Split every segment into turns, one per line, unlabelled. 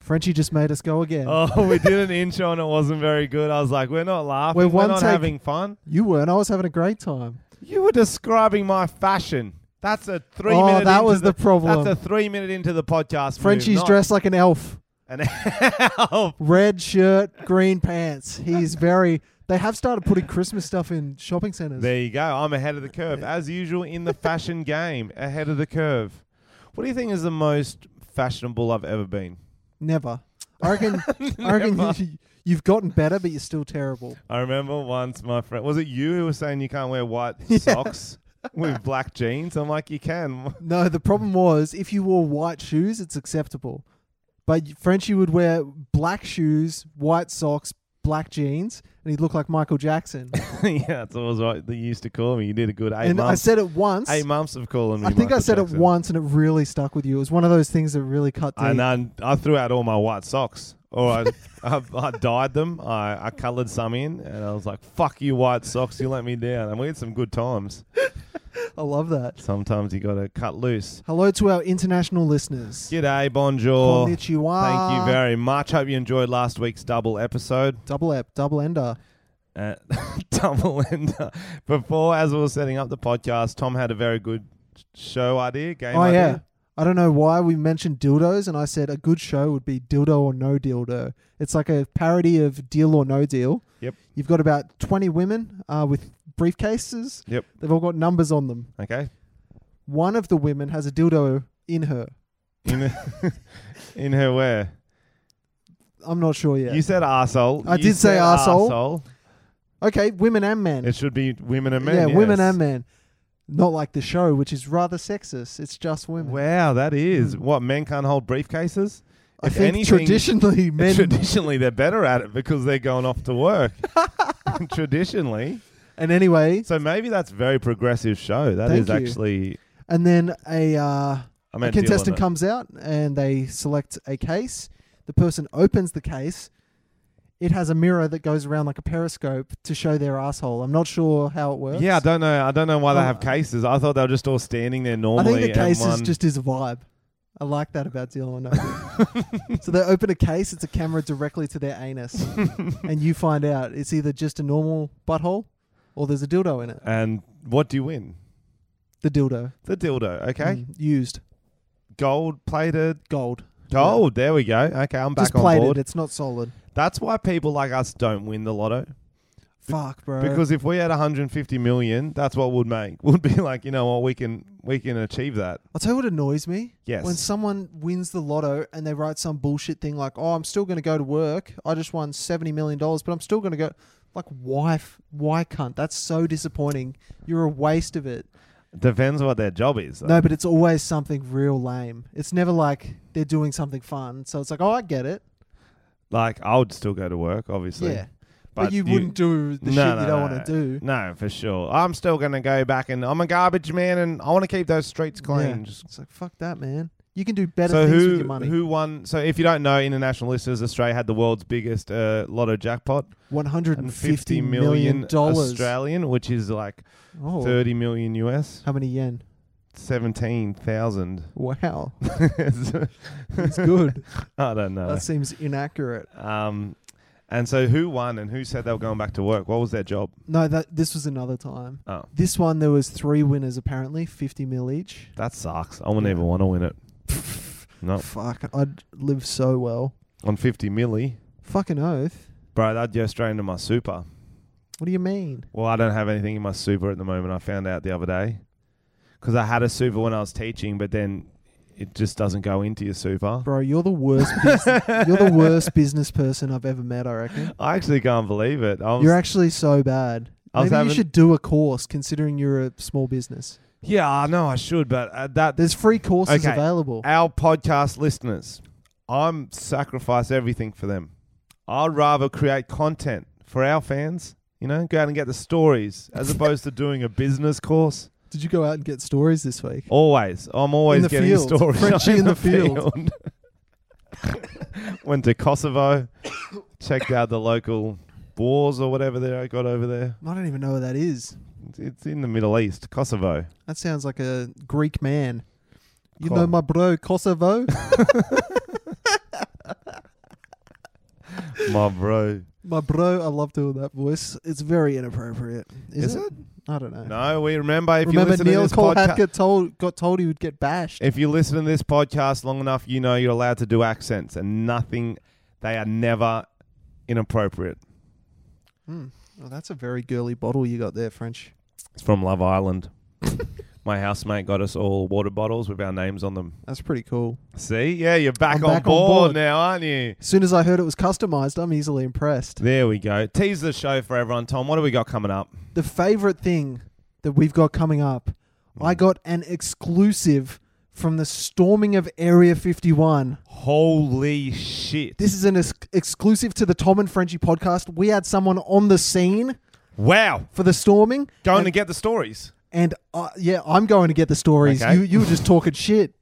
Frenchie just made us go again.
Oh, we did an intro and it wasn't very good. I was like, we're not laughing.
We're
We're,
one
not
take-
having fun.
You weren't. I was having a great time.
You were describing my fashion. That's a three
Oh,
minute.
that
into
was the problem.
That's a three minute into the podcast. move,
Frenchie's
not
dressed like an elf.
An elf.
Red shirt, green pants. He's very. They have started putting Christmas stuff in shopping centers.
There you go. I'm ahead of the curve, as usual in the fashion game. Ahead of the curve. What do you think is the most fashionable I've ever been?
Never. I reckon. I reckon you, you've gotten better, but you're still terrible.
I remember once my friend was it you who was saying you can't wear white socks with black jeans. I'm like, you can.
No, the problem was if you wore white shoes, it's acceptable. But y- Frenchie would wear black shoes, white socks, black jeans, and he'd look like Michael Jackson.
yeah, that's always what they used to call me. You did a good eight
and I
months.
said it once.
eight months of calling me.
I think I
Michael
said
Jackson.
it once, and it really stuck with you. It was one of those things that really cut deep.
And I, I threw out all my white socks, or I, I, I dyed them. I, I coloured some in, and I was like, "Fuck you, white socks! You let me down." And we had some good times.
I love that.
Sometimes you got to cut loose.
Hello to our international listeners.
G'day, bonjour.
Konnichiwa.
Thank you very much. Hope you enjoyed last week's double episode.
Double ep, double ender.
Uh, double ender. Before, as we were setting up the podcast, Tom had a very good show idea, game
oh
idea.
yeah. I don't know why we mentioned dildos, and I said a good show would be dildo or no dildo. It's like a parody of Deal or No Deal.
Yep.
You've got about twenty women uh, with briefcases.
Yep.
They've all got numbers on them.
Okay.
One of the women has a dildo in her.
In, in her wear.
I'm not sure yet.
You said arsehole.
I
You
did say
said
arsehole.
arsehole.
okay, women and men.
It should be women and men.
yeah,
yes.
women and men. Not like the show, which is rather sexist. It's just women.
Wow, that
Mm.
is what men can't hold briefcases.
I
if
think
anything-
traditionally men
Traditionally, they're better at it because they're going off to work. Traditionally,
and anyway,
so maybe that's a very progressive show. That
Thank
is
you.
actually.
and then a uh,
I mean,
a contestant comes out and they select a case. The person opens the case. It has a mirror that goes around like a periscope to show their asshole. I'm not sure how it works.
Yeah, I don't know. I don't know why they
Um,
have cases. I thought they were just all standing there
I
normally.
think the
and
case is
one-
just his vibe. I like that about Deal or No. Deal. so they open a case. It's a camera directly to their anus, and you find out it's either just a normal butthole or there's a dildo in it.
And what do you win?
The dildo,
The dildo. Okay,
Mm, used
gold plated.
gold.
Gold. There we go. Okay, I'm back
Just
on
plated.
board.
It's not solid.
That's why people like us don't win the lotto.
Fuck, bro.
Because if we had 150 million, that's what we'd make. We'd be like, you know what, we can we can achieve that.
I'll tell you what annoys me.
Yes.
When someone wins the lotto and they write some bullshit thing like, "Oh, I'm still going to go to work. I just won seventy million dollars, but I'm still going to go." Like, why? f- Why cunt? That's so disappointing. You're a waste of it.
Depends what their job is. though.
No, but it's always something real lame. It's never like they're doing something fun. So it's like, oh, I get it.
Like I would still go to work, obviously.
yeah. But, you, wouldn't do the shit you don't want to do.
No, for sure. I'm still gonna go back and I'm a garbage man, and I want to keep those streets clean.
Yeah.
Just-
It's like fuck that, man. You can do better
so
things
who
with your money.
who won? So if you don't know, international listeners, Australia had the world's biggest uh, lotto jackpot,
One hundred and fifty
million
million dollars.
Australian, which is like
Oh,
30 million US,
how many yen?
17,000.
Wow,
it's
it's good.
I don't know.
That seems inaccurate.
Um, and so who won and who said they were going back to work? What was their job?
No, that this was another time.
Oh,
This one there was three winners apparently, fifty mil each.
that sucks. I wouldn't even want to win it. No,
Fuck, I'd live so well.
on 50 milli.
Fucking oath.
Bro, that'd go straight into my super.
What do you mean?
Well, I don't have anything in my super at the moment. I found out the other day. Because I had a super when I was teaching, but then it just doesn't go into your super.
Bro, you're the worst. bus- you're the worst business person I've ever met. I reckon
I actually can't believe it. I was,
you're actually so bad.
I
Maybe
was
you
having-
should do a course, considering you're a small business.
yeah, I know I should, but uh, that
There's free courses
Okay.
available.
our podcast listeners, I'm sacrifice everything for them. I'd rather create content for our fans, you know, go out and get the stories as opposed to doing a business course.
Did you go out and get stories this week?
Always. I'm always
the
getting
field.
stories.
Frenchie in the
field. Went to Kosovo, checked out the local wars or whatever they I got over there.
I don't even know what that is.
It's in the Middle East, Kosovo.
That sounds like a Greek man. You
Ko-
know my bro Kosovo.
my bro.
My bro, I love doing that voice. It's very inappropriate. Is,
Is
it? I don't know.
No, we remember if you
Remember
listen to
Neil
this
Cole
podcast.
Hackett told got told he would get bashed.
If you listen to this podcast long enough, you know you're allowed to do accents and nothing. They are never inappropriate.
Hmm. Well, that's a very girly bottle you got there, French.
It's from Love Island. My housemate got us all water bottles with our names on them.
That's pretty cool.
See, yeah, you're back,
I'm
on,
back on
board
board.
now, aren't you?
As soon as I heard it was customized, I'm easily impressed.
There we go. Tease the show for everyone, Tom. What do we got coming up?
The favorite thing that we've got coming up,
Mm.
I got an exclusive from the storming of Area 51.
Holy shit!
This is an ex- exclusive to the Tom and Frenchie podcast. We had someone on the scene
wow,
for the storming.
going
and,
to get the stories.
and uh, yeah, I'm going to get the stories.
Okay.
You you were just talking shit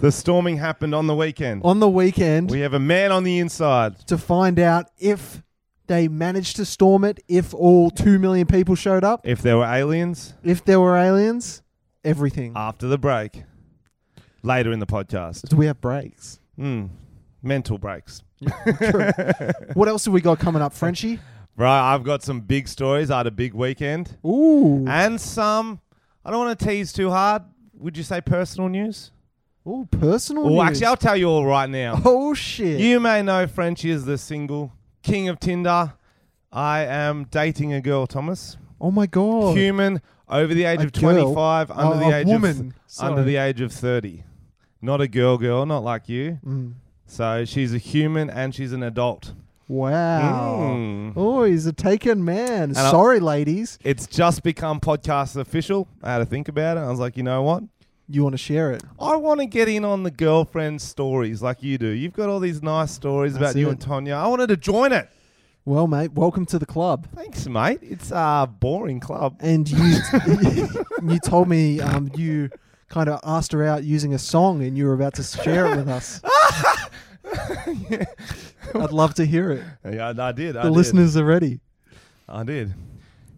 The storming happened on the weekend.
on the weekend.
We have a man on the inside.
to find out if they managed to storm it, if all 2 million people showed up,
If there were aliens,
if there were aliens, everything.
after the break, later in the podcast,
Do we have breaks?
Hmm. mental breaks.
True. what else have we got coming up, Frenchie?
Right, I've got some big stories. I had a big weekend.
Ooh.
and some. I don't want to tease too hard. Would you say personal news?
Ooh, personal
Well,
news.
actually, I'll tell you all right now.
Oh, shit.
You may know Frenchie is the single king of Tinder. I am dating a girl, Thomas.
oh, my God.
Human, over the age
A
of
girl?
25, under
Oh,
the
a
age
woman.
of under
Sorry.
the age of 30. Not a girl, girl, not like you.
Mm.
So she's a human and she's an adult.
Wow.
Mm.
Oh, he's a taken man.
I-
Sorry, ladies.
It's just become podcast official. I had to think about it. I was like, you know what?
You want to share it?
I want to get in on the girlfriend stories like you do. You've got all these nice stories
That's
about you
it.
and Tonya. I wanted to join it.
Well, mate, welcome to the club.
Thanks, mate. It's a boring club.
And you, you told me um, you kind of asked her out using a song, and you were about to share it with us. I'd love to hear it.
Yeah, I did. I
The
did.
listeners are ready.
I did.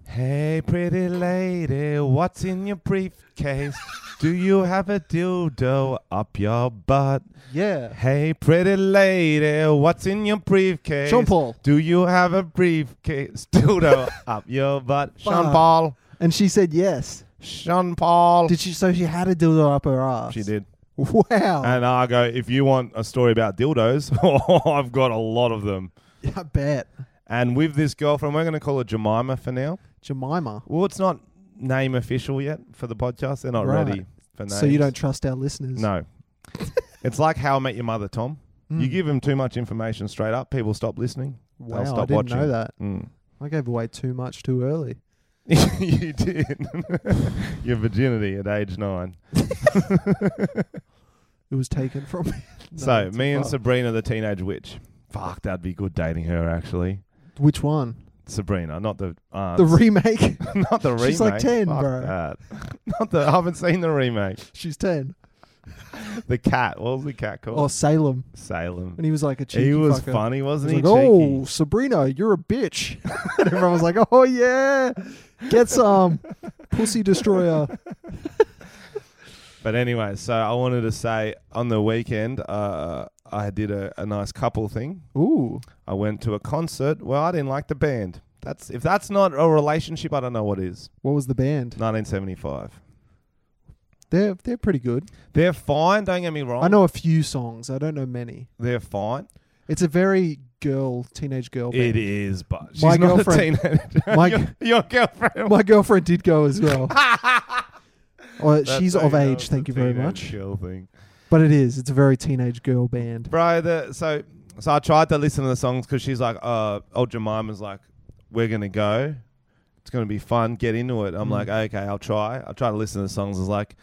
Hey, pretty lady, what's in your briefcase? do you have a dildo up your butt?
Yeah,
Hey, pretty lady, what's in your briefcase?
Sean Paul.
Do you have a briefcase dildo up your butt? Sean Paul.
And she said yes.
Sean Paul.
Did she? So she had a dildo up her ass.
she did. Uh,
Wow.
And I go, if you want a story about dildos, I've got a lot of them.
I bet
And with this girlfriend, we're going to call her Jemima for now.
Jemima.
Well, it's not name official yet for the podcast. They're not
Right.
ready for names.
So you don't trust our listeners?
No. it's like How I Met Your Mother, Tom. You
Mm.
give them too much information straight up, people stop listening.
Wow,
They'll stop
I didn't
watching.
know that.
Mm.
I gave away too much too early.
you did. Your virginity at age nine.
It was taken from me. No,
so,
it's
me and
fine.
Sabrina, the teenage witch. Fuck, that'd be good dating her, actually.
which one?
Sabrina, not the aunt.
The remake.
not the remake.
She's like 10,
Fuck
bro.
that. Not the. I haven't seen the remake.
She's ten.
The cat. What was the cat called?
Oh, Salem.
Salem.
And he was like a cheeky
He was
fucker.
funny, wasn't
He's
he?
like, oh,
Cheeky.
Sabrina, you're a bitch. and everyone was like, oh, yeah, get some. Pussy Destroyer.
But anyway, so I wanted to say on the weekend, uh, I did a, a nice couple thing.
Ooh.
I went to a concert. Well, I didn't like the band. That's if that's not a relationship, I don't know what is.
What was the band?
1975.
They're, they're pretty good.
They're fine. Don't get me wrong.
I know a few songs. I don't know many.
they're fine.
It's a very girl, teenage girl
It
band.
is, but she's
My
not a
girlfriend-
teenager.
my-
your, your girlfriend.
My girlfriend did go as well. Uh, she's
That's
of
how you
age,
know it's
thank
a
you very
teenage
much.
girl thing.
But it is. It's a very teenage girl band.
Bro, the, so so I tried to listen to the songs because she's like, uh, old Jemima's like, we're gonna go. It's gonna be fun. Get into it. I'm
Mm.
like, okay, I'll try. I try to listen to the songs. It's like,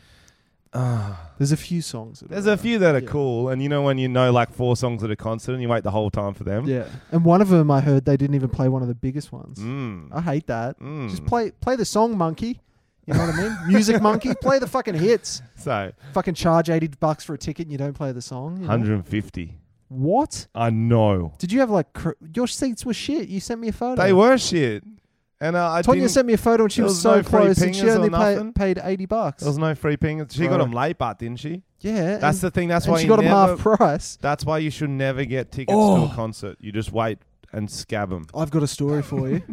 ah,
There's a few songs. that
there's
are-
a few that are
Yeah.
cool, and you know when you know like four songs at a concert and you wait the whole time for them.
Yeah. And one of them I heard they didn't even play one of the biggest ones.
Mm.
I hate that.
Mm.
Just play play the song, monkey. You know what I mean? Music monkey, play the fucking hits.
So
Fucking charge eighty bucks for a ticket and you don't play the song. you know?
150.
What?
I know
Did you have like cr- your seats were shit? You sent me a photo.
they were shit. And uh, I
Tonya
didn't-
sent me a photo and she
there
was,
was
so
no free
close, and she
pingers or
only pay,
nothing?
paid eighty bucks.
there was no free ping. She got
Right.
them late, but didn't she?
yeah,
That's
and,
the thing. That's
and
why
she
you
got them
never,
half price.
That's why you should never get tickets
Oh.
to a concert. You just wait and scab them.
I've got a story for you.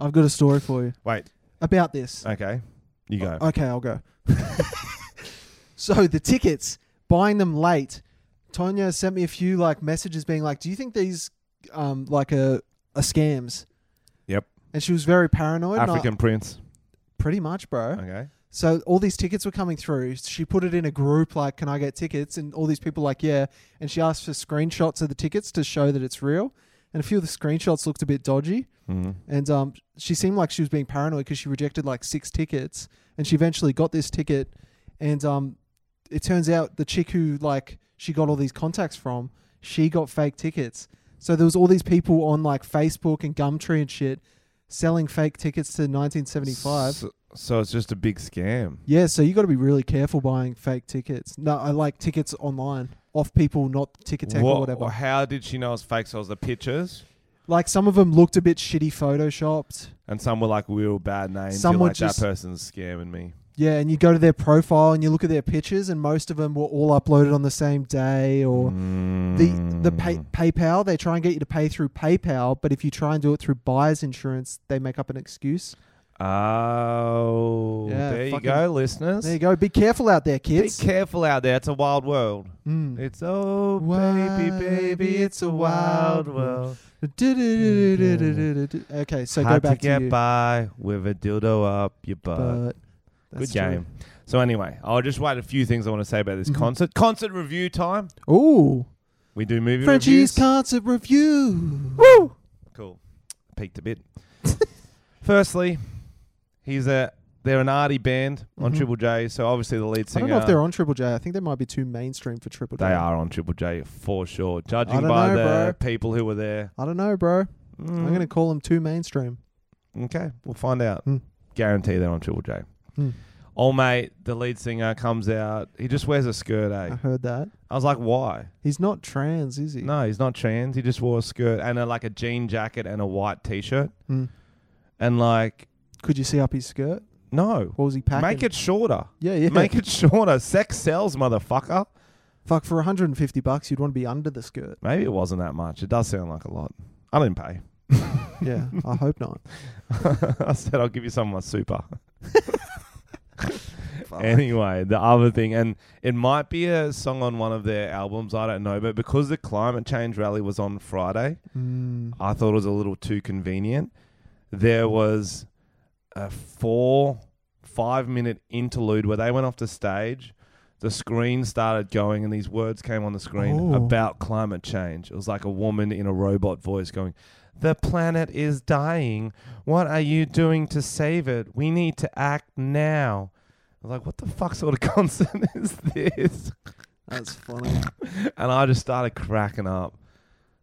I've got a story for you
Wait.
about this.
Okay. You go.
Okay, I'll go. so the tickets, buying them late. Tonya sent me a few like messages being like, "Do you think these um like a a scams?"
Yep.
And she was very paranoid. and I-
African Prince.
pretty much, bro.
Okay.
So all these tickets were coming through. She put it in a group like, "Can I get tickets?" And all these people like, "Yeah." And she asked for screenshots of the tickets to show that it's real. And a few of the screenshots looked a bit dodgy.
Mhm.
And um, she seemed like she was being paranoid because she rejected like six tickets, and she eventually got this ticket. And um, it turns out the chick who like she got all these contacts from, she got fake tickets. So there was all these people on like Facebook and Gumtree and shit selling fake tickets to 1975.
So, so it's just a big scam.
Yeah, so you got to be really careful buying fake tickets. No, I like tickets online off people, not ticket tech or
What-
whatever.
How did she know it was fake? So it was the pictures,
Like some of them looked a bit shitty, photoshopped.
and some were like real bad names.
Some
Some
were
like
just-
that person's scamming me.
Yeah, and you go to their profile and you look at their pictures, and most of them were all uploaded on the same day. Or the the pay,
Mm.
PayPal, they try and get you to pay through PayPal, but if you try and do it through buyer's insurance, they make up an excuse.
Oh,
Yeah,
there you
fucking-
go, listeners.
There you go. Be careful out there,
Be
kids.
careful out there. It's a wild world.
Mm.
It's oh
Why,
baby, baby, it's a wild
Mm.
world.
Okay, so go
Mm. Hard
back
to
to,
get
you.
by with a dildo up your butt.
But
Good
that's true.
game. So anyway, I'll just write a few things I want to say about this
Mhm.
concert. Concert review time.
Ooh.
We do movie
Frenchie's
reviews.
concert review.
cool. Peaked a bit. Firstly, he's a they're an arty band on
Mhm.
Triple J, so obviously the lead
I
singer.
don't know if they're on Triple J. I think they might be too mainstream for Triple J.
They are on Triple J for sure. Judging
don't
by
know,
the
bro.
people who were there,
I don't know, bro.
Mm.
I'm going to call them too mainstream.
Okay, we'll find out.
Hmm.
Guarantee they're on Triple J.
Hmm.
Oh mate, the lead singer comes out. He just wears a skirt.
I
Eh?
heard that.
I was like, why?
He's not trans, is he?
No, he's not trans. He just wore a skirt and a, like a jean jacket and a white t-shirt.
Mm.
And like,
Could you see up his skirt?
no,
What was he packing?
make it shorter.
Yeah, yeah.
Make it shorter. Sex sells, motherfucker.
Fuck, for 150 bucks, you'd want to be under the skirt.
Maybe it wasn't that much. It does sound like a lot. I didn't pay.
Yeah, I hope not.
I said I'll give you some of my super. Anyway, the other thing, and it might be a song on one of their albums, I don't know, but because the climate change rally was on Friday,
Mm.
I thought it was a little too convenient. There was a four, five minute interlude where they went off the stage. The screen started going, and these words came on the screen
Oh.
about climate change. It was like a woman in a robot voice going, The planet is dying. What are you doing to save it? We need to act now. I was like, What the fuck sort of concert is this?
That's funny.
and I just started cracking up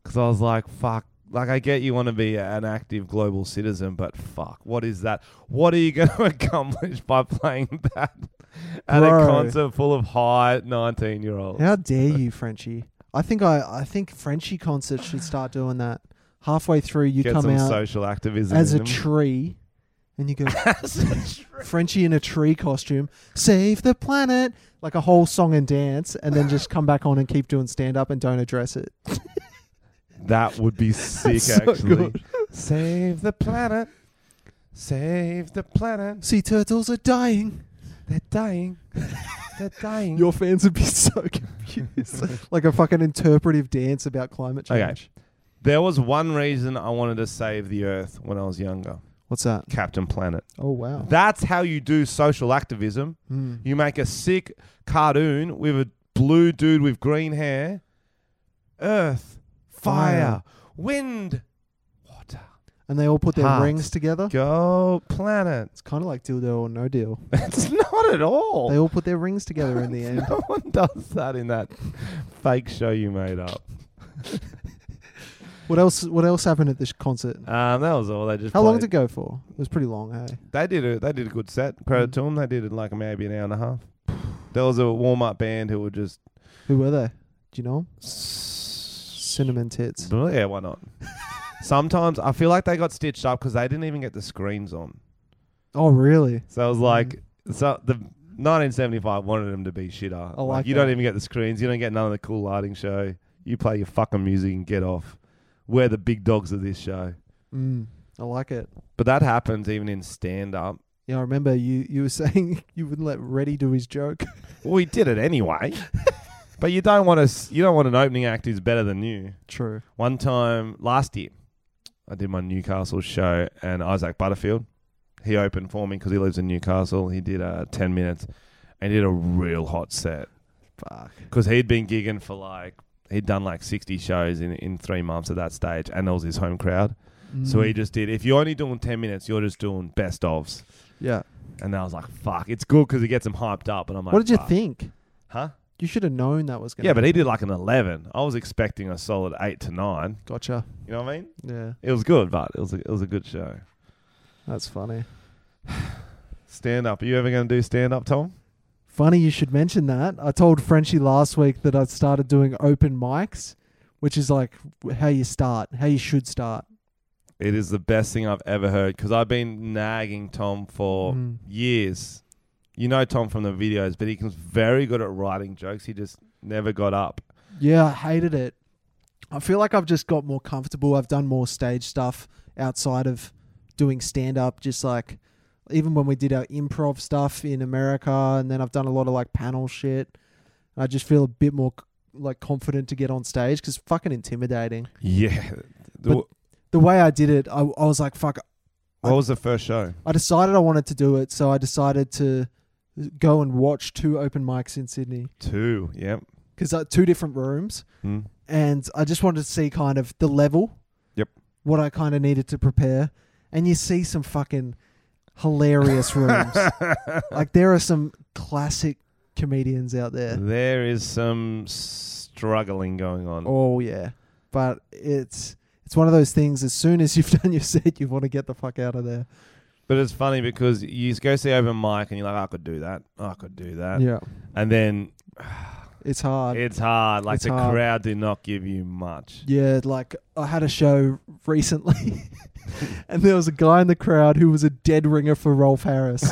because I was like, "Fuck!" Like I get you want to be an active global citizen, but fuck, what is that? What are you going to accomplish by playing that at
Bro.
a concert full of high nineteen-year-olds?
How dare you, Frenchie? I think I, I think Frenchie concerts should start doing that. Halfway through, you
get
come
some
out
social activism
as
in
a
them.
tree, and you go Frenchie in a tree costume, save the planet, like a whole song and dance, and then just come back on and keep doing stand up and don't address it.
that would be sick,
so
actually.
good.
Save the planet. Save the planet.
Sea turtles are dying.
They're dying. They're dying.
Your fans would be so confused. like a fucking interpretive dance about climate
Okay.
change.
there was one reason I wanted to save the Earth when I was younger.
What's that?
Captain Planet.
Oh wow.
That's how you do social activism.
Hmm.
You make a sick cartoon with a blue dude with green hair. Earth, fire,
Fire.
wind, water.
And they all put their
Heart.
rings together.
Go planet.
It's kind of like dildo or no deal.
It's not at all.
They all put their rings together in the end.
no one does that in that fake show you made up.
What else? What else happened at this concert?
Um, that was all. They just
How long
played.
did it go for? It was pretty long. Hey.
they did a they did a good set. Credit
Mm.
to them. They did it like maybe an hour and a half. There was a warm up band who were just
Who were they? Do you know 'em? Cinnamon tits.
Yeah, why not? Sometimes I feel like they got stitched up because they didn't even get the screens on.
Oh, really?
So I was like, so the 1975 wanted them to be shitter. I
Oh, like
you
that.
don't even get the screens. You don't get none of the cool lighting show. You play your fucking music and get off. We're the big dogs of this show.
Mm, I like it.
But that happens even in stand up.
Yeah, I remember you, you were saying you wouldn't let Reddy do his joke.
Well, he did it anyway. but you don't want to. You don't want an opening act who's better than you.
True.
One time last year, I did my Newcastle show, and Isaac Butterfield, he opened for me because he lives in Newcastle. He did uh, ten minutes, and he did a real hot set.
Fuck.
because he'd been gigging for like he'd done like 60 shows in, in three months at that stage and it was his home crowd
Mm.
so he just did if you're only doing 10 minutes you're just doing best ofs
Yeah.
and i was like fuck it's good because it gets him hyped up and i'm like
what did you
fuck.
think?
huh
You should have known that was going to
yeah but he did like an 11 i was expecting a solid 8 to 9
Gotcha.
you know what i mean
Yeah.
it was good but it was a, it was a good show
That's funny.
stand up are you ever going to do stand up tom
Funny you should mention that. I told Frenchie last week that I'd started doing open mics, which is like how you start, how you should start.
it is the best thing i've ever heard because i've been nagging tom for
Mm.
years. You know Tom from the videos, but he was very good at writing jokes. He just never got up.
Yeah, I hated it. I feel like I've just got more comfortable. I've done more stage stuff outside of doing stand up, just like even when we did our improv stuff in America, and then I've done a lot of like panel shit. I just feel a bit more c- like confident to get on stage because fucking intimidating.
Yeah.
But- The way I did it, I, I was like, fuck,
what was the first show?
I decided I wanted to do it, so I decided to go and watch two open mics in Sydney
Two. Yep.
because uh, two different rooms,
Mm.
and I just wanted to see kind of the level.
Yep.
What I kind of needed to prepare, and you see some fucking hilarious rooms. Like there are some classic comedians out there.
There is some struggling going on.
Oh yeah, but it's it's one of those things. As soon as you've done your set, you want to get the fuck out of there.
But it's funny because you go see open mic and you're like, I could do that. I could do that.
yeah,
And then
it's hard.
it's hard. Like
It's
the
hard.
crowd did not give you much.
Yeah, like I had a show recently, and there was a guy in the crowd who was a dead ringer for Rolf Harris,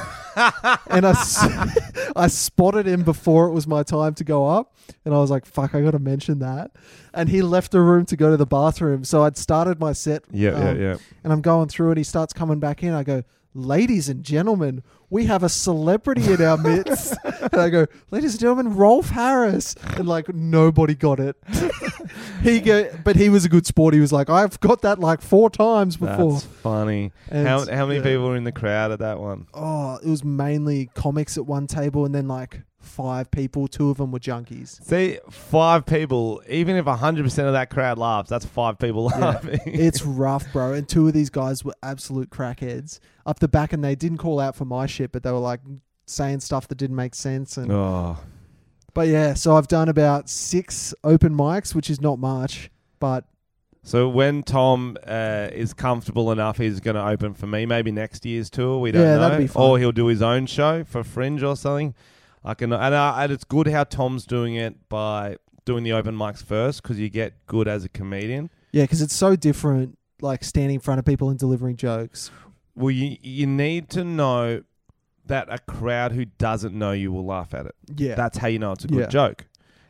and I, s- I spotted him before it was my time to go up, and I was like, "Fuck, I got to mention that." And he left the room to go to the bathroom, so I'd started my set,
Yeah, yeah,
um,
yeah.
and I'm going through, and he starts coming back in. I go. Ladies and gentlemen, we have a celebrity in our midst. and I go, ladies and gentlemen, Rolf Harris. And like nobody got it. He go, but he was a good sport. He was like, I've got that like four times before.
That's funny.
And,
how how many
yeah.
people were in the crowd at that one?
Oh, it was mainly comics at one table, and then like five people. Two of them were junkies.
See, five people, even if 100% of that crowd laughs, that's five people laughing.
It's rough, bro. And two of these guys were absolute crackheads up the back, and they didn't call out for my shit, but they were like saying stuff that didn't make sense. And
oh,
but yeah, so I've done about six open mics, which is not much, but
so when Tom uh, is comfortable enough, he's going to open for me. Maybe next year's tour. We don't
Yeah,
know.
that'd be fun.
Or he'll do his own show for Fringe or something. I can, and, uh, and it's good how Tom's doing it by doing the open mics first because you get good as a comedian.
yeah, because it's so different, like standing in front of people and delivering jokes.
Well, you you need to know that a crowd who doesn't know you will laugh at it.
Yeah,
That's how you know it's a good
Yeah.
joke.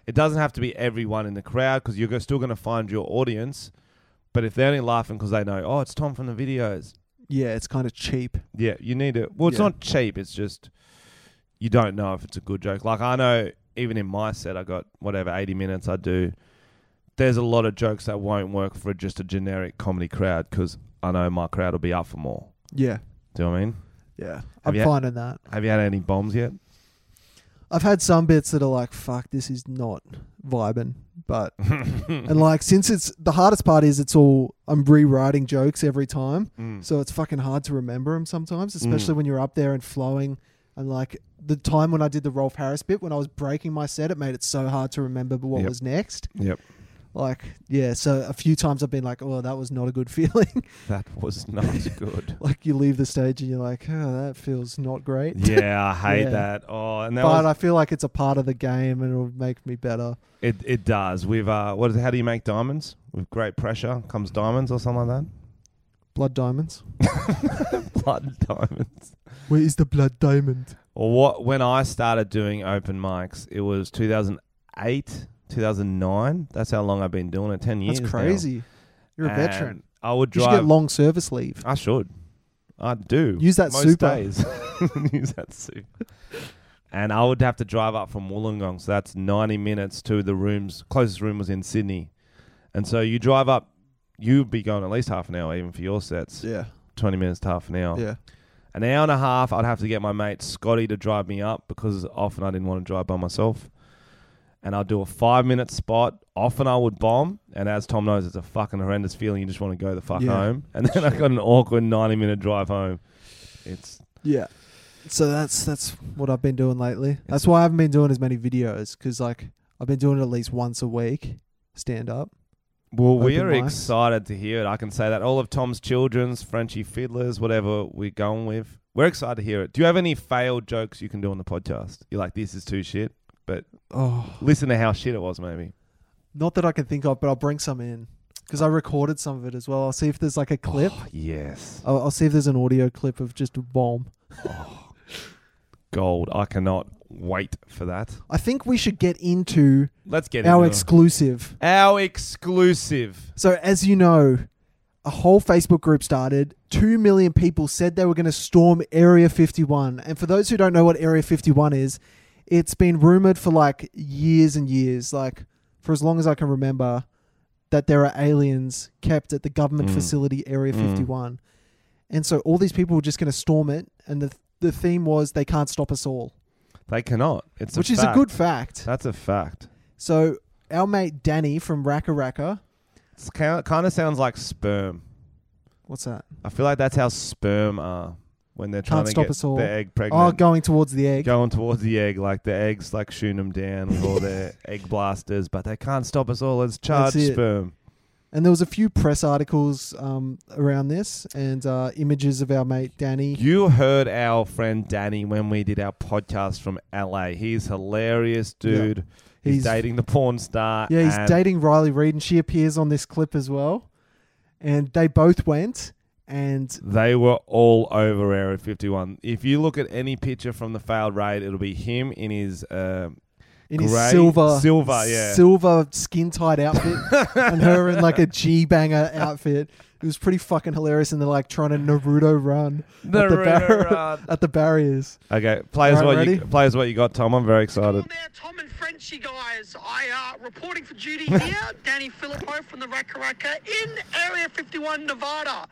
It doesn't have to be everyone in the crowd because you're go- still going to find your audience. But if they're only laughing because they know, oh, it's Tom from the videos.
yeah, it's kind of cheap.
Yeah, you need it. Well, it's
Yeah.
not cheap. It's just you don't know if it's a good joke. Like I know, even in my set, I got whatever eighty minutes I do. There's a lot of jokes that won't work for just a generic comedy crowd because I know my crowd will be up for more.
Yeah,
Do you know what I mean?
Yeah,
Have
I'm
you-
finding that.
Have you had any bombs yet?
I've had some bits that are like, "Fuck, this is not vibing," but
Mm. Mm-hmm.
and like since it's the hardest part is it's all I'm rewriting jokes every time,
Mm.
so it's fucking hard to remember them sometimes, especially when you're up there and flowing and like the time when I did the Rolf Harris bit when I was breaking my set, it made it so hard to remember what
Yep.
was next.
Yep.
Like, yeah. So a few times I've been like, oh, that was not a good feeling.
That was not good.
like you leave the stage and you're like, oh, that feels not great.
yeah, I hate
Yeah.
that. Oh, and that
But
was,
I feel like it's a part of the game and it'll make me better.
it it does. We've uh, what is it, how do you make diamonds? With great pressure comes diamonds or something like
Blood diamonds.
that. Blood diamonds.
Where is the blood diamond?
Or what? When I started doing open mics, it was 2008, 2009. That's how long I've been doing it. Ten years.
That's
now.
crazy. You're a
And
veteran.
I would
You should get
drive.
long service leave.
I should. I do.
Use that
Most
super.
days. Use that super. And I would have to drive up from Wollongong, so that's 90 minutes to the rooms. Closest room was in Sydney, and so you drive up. You'd be going at least half an hour, even for your sets.
Yeah.
20 minutes to half an hour.
Yeah.
An hour and a half, I'd have to get my mate Scotty to drive me up because often I didn't want to drive by myself. And I'd do a five minute spot. Often I would bomb. And as Tom knows, it's a fucking horrendous feeling. You just want to go the fuck
Yeah.
home. And then I got an awkward 90 minute drive home. It's
Yeah. So that's that's what I've been doing lately. That's why I haven't been doing as many videos because like I've been doing it at least once a week stand up.
Well, we
Open
are
mics.
excited to hear it. I can say that all of Tom's children's, Frenchie fiddlers, whatever we're going with, we're excited to hear it. Do you have any failed jokes you can do on the podcast? You're like, this is too shit.
Oh,
Listen to how shit it was, maybe.
not that I can think of, but I'll bring some in because I recorded some of it as well. I'll see if there's like a clip.
Oh, yes.
I'll, I'll see if there's an audio clip of just a bomb.
gold. I cannot wait for that.
I think we should get into
Let's get
our
into it.
exclusive.
our exclusive.
So as you know, a whole Facebook group started. Two million people said they were going to storm Area 51. And for those who don't know what Area 51 is, it's been rumored for like years and years, like for as long as I can remember, that there are aliens kept at the government
Mm.
facility Area
Mm.
51. And so all these people were just going to storm it. And the, the theme was they can't stop us all,
They cannot. It's
which
a
is a
fact.
good fact.
That's a fact.
So our mate Danny from Raka Raka,
It kind of sounds like sperm.
what's that?
I feel like that's how sperm are when they're trying
Can't
to
stop
get
us all.
the egg
Oh,
pregnant.
going towards the egg.
Going towards the egg, like the eggs, like shooting them down with all their egg blasters, but they can't stop us all. Let's charge
That's it.
sperm.
And there was a few press articles um, around this and uh, images of our mate Danny.
You heard our friend Danny when we did our podcast from LA. He's hilarious, dude. He's,
He's-
dating the porn star.
Yeah, he's
and
dating Riley Reid and she appears on this clip as well. And they both went and
They were all over Area 51. If you look at any picture from the failed raid, it'll be him in his. Uh,
in
Grey-
his silver
silver, yeah.
silver skin tight outfit and her in like a G banger outfit. It was pretty fucking hilarious and they're like trying to Naruto run at the bar- at the barriers.
okay, play us
Alright,
what you
ready?
play us what you got, Tom. I'm very excited.
Hello there, Tom and Frenchie guys. I uh, reporting for duty here. Danny Filippo from the Raka Raka in Area 51, Nevada.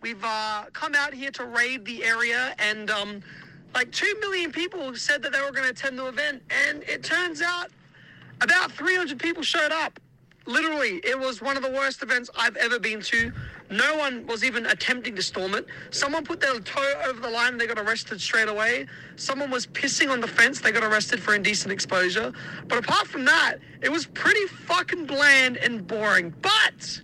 We've uh, come out here to raid the area, and um, like two million people said that they were going to attend the event, and it turns out about 300 people showed up. Literally, it was one of the worst events I've ever been to. No one was even attempting to storm it. Someone put their toe over the line, they got arrested straight away. Someone was pissing on the fence, they got arrested for indecent exposure. But apart from that, it was pretty fucking bland and boring. But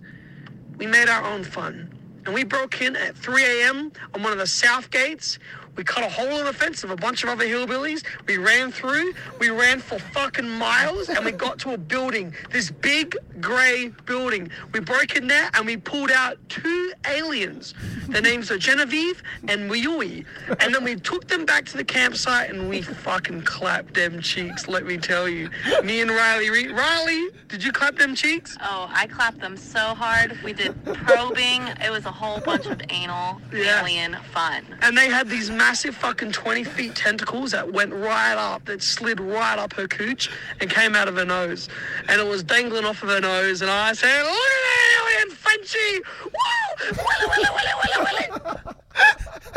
we made our own fun. And we broke in at 3 a.m. on one of the south gates. We cut a hole in the fence of a bunch of other hillbillies. We ran through. We ran for fucking miles and we got to a building, this big grey building. We broke in there and we pulled out two aliens. Their names are Genevieve and Wiyui. And then we took them back to the campsite and we fucking clapped them cheeks, let me tell you. Me and Riley. Re- Riley, did you clap them cheeks?
Oh, I clapped them so hard. We did probing. it was a whole bunch of anal
Yeah.
alien fun.
and they had these massive fucking 20 feet tentacles that went right up, that slid right up her cooch and came out of her nose. And it was dangling off of her nose. And I said, Look at that alien, Frenchie! Woo! Willy, willy, willy, willy, willy!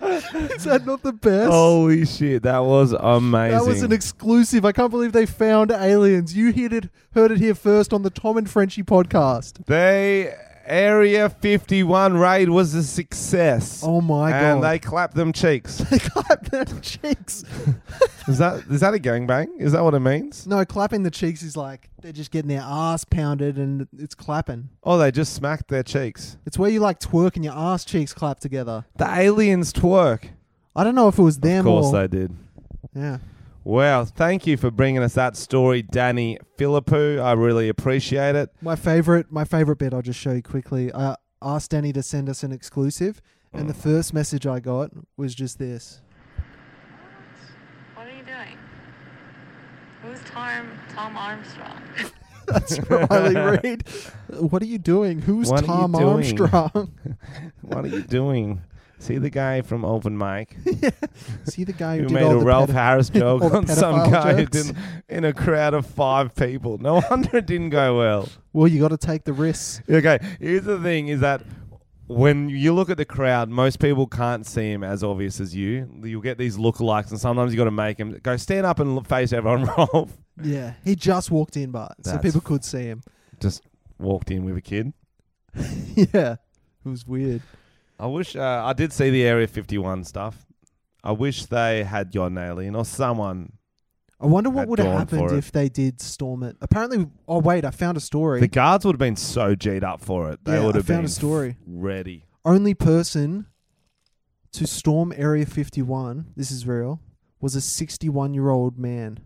Is that not the best?
Holy shit, that was amazing.
That was an exclusive. I can't believe they found aliens. You heard it, heard it here first on the Tom and Frenchie podcast.
they Area 51 raid was a success.
Oh my
And
God.
they clapped them cheeks.
They clap their cheeks.
Is that is that a gangbang? Is that what it means?
No, clapping the cheeks is like they're just getting their ass pounded and it's clapping.
Oh, they just smacked their cheeks.
It's where you like twerk and your ass cheeks clap together.
The aliens twerk.
I don't know if it was them
Of course
or
they did.
yeah.
Wow, thank you for bringing us that story, Danny Philippou. I really appreciate it.
My favorite, my favorite bit. I'll just show you quickly. I asked Danny to send us an exclusive, and
Oh.
the first message I got was just this.
What are you doing? Who's Tom, Tom Armstrong?
That's Riley Reid. What are you doing? Who's
What are you
Tom
doing?
Armstrong?
What are you doing? See the guy from Open Mic
See the guy who,
who
did
made
all
a
the
Ralph
pedo-
Harris joke
all the
on some
pedophile
guy who
jokes?
didn't, in a crowd of five people. No wonder it didn't go well.
Well, you got to take the risks.
Okay, here's the thing is that when you look at the crowd, most people can't see him as obvious as you. You'll get these lookalikes, and sometimes you got to make him go stand up and l- face everyone, Rolf.
Yeah, he just walked in, but so
That's
people could see him.
Just walked in with a kid.
yeah, it was weird.
I wish uh, I did see the Area 51 stuff. I wish they had Yon Alien or someone.
I wonder what
Had
would have
gone for
happened
it.
if they did storm it. Apparently, oh wait, I found a story.
The guards would have been so G'd up for it. They
Yeah,
would
I
have
found a
been
story.
ready.
only person to storm Area 51, this is real, was a 61 year old man.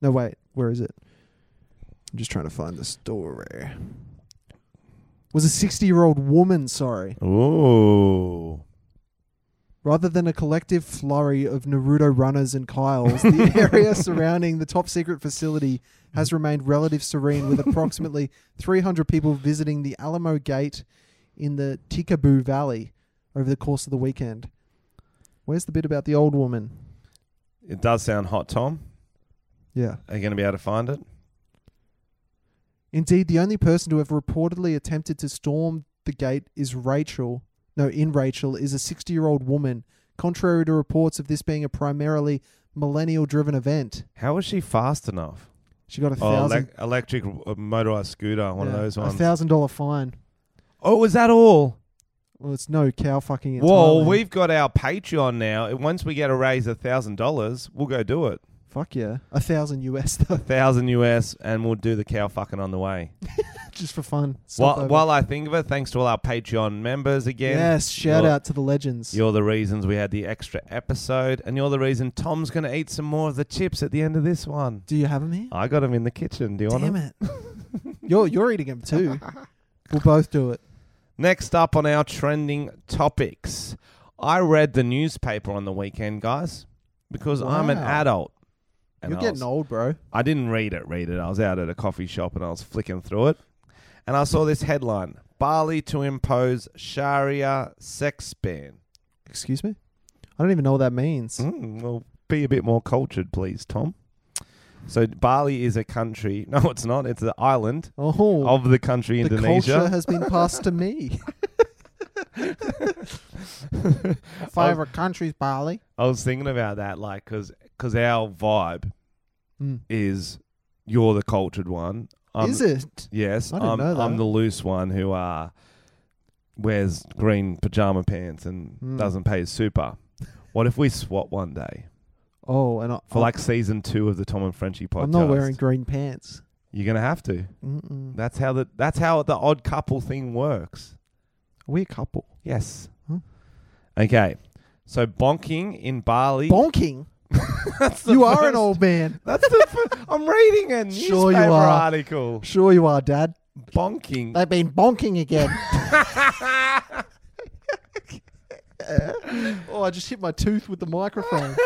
No, wait, where is it? I'm just trying to find the story. Was a 60 year old woman, sorry.
Ooh.
Rather than a collective flurry of Naruto runners and Kyles, the area surrounding the top secret facility has remained relative serene with approximately 300 people visiting the Alamo Gate in the Tikaboo Valley over the course of the weekend. Where's the bit about the old woman?
It does sound hot, Tom.
Yeah.
Are you going to be able to find it?
Indeed, the only person to have reportedly attempted to storm the gate is Rachel. No, in Rachel is a 60 year old woman, contrary to reports of this being a primarily millennial driven event.
How was she fast enough?
She got a
Oh,
thousand
elec electric uh, motorized scooter, one of
Yeah,
those
A
ones.
thousand dollar fine.
Oh, was that all?
Well, it's no cow fucking. in
Well,
Thailand.
we've got our Patreon now. And Once we get a raise of thousand dollars, we'll go do it.
fuck yeah, a thousand US though,
Thousand US, and we'll do the cow fucking on the way.
just for fun. Stop
While,
over.
while I think of it, thanks to all our Patreon members again.
yes, shout
you're,
out to the legends.
You're the reasons we had the extra episode, and you're the reason Tom's going to eat some more of the chips at the end of this one.
Do you have them here?
I got them in the kitchen. Do you want
Damn
them?
it! you're you're eating them too. We'll both do it.
Next up on our trending topics, I read the newspaper on the weekend, guys, because I'm an
Wow.
adult. And
you're
I
getting
was-
old, bro.
I didn't read it, read it. I was out at a coffee shop and I was flicking through it. And I saw this headline Bali to impose Sharia sex ban.
Excuse me. I don't even know what that means.
Mm, well, be a bit more cultured, please, Tom. So, Bali is a country. No, it's not. It's an island
Oh,
of the country
the culture
Indonesia.
has been passed to me. Favorite countries, Bali.
I was thinking about that, like, because our vibe
Mm.
is you're the cultured one. I'm-
Is it?
Yes,
I didn't
am
know
I'm
that.
the loose one who uh, wears green pajama pants and
Mm.
doesn't pay his super. What if we swap one day
Oh, and I,
for like season two of the Tom and Frenchie podcast?
I'm not wearing Hmm. green pants.
You're gonna have to.
Mm-mm.
That's how the that's how the odd couple thing works.
We're a couple.
Yes.
Huh?
Okay. So bonking in Bali.
Bonking.
That's the
You are an
first-
old man.
That's the. fir- I'm reading a newspaper
Sure you are.
article.
Sure you are, Dad.
Bonking.
They've been bonking again. oh, I just hit my tooth with the microphone.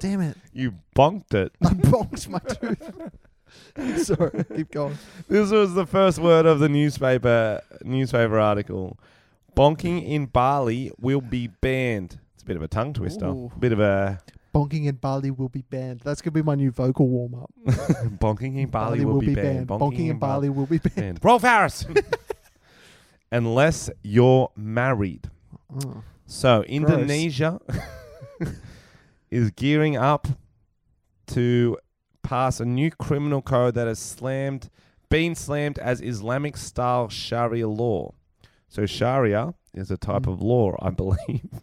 Damn it.
You bonked it.
I bonked my tooth. Sorry, keep going.
This was the first word of the newspaper newspaper article. Bonking in Bali will be banned. It's a bit of a tongue twister.
Ooh.
Bit of a
Bonking in Bali will be banned. That's going to be my new vocal warm up.
bonking in Bali, will, be, banned.
Bonking, in Bali will be banned.
banned. Rolf Harris. Unless you're married.
Oh.
So Indonesia is gearing up to pass a new criminal code that has slammed, been slammed as Islamic style Sharia law. So Sharia is a type of law, I believe.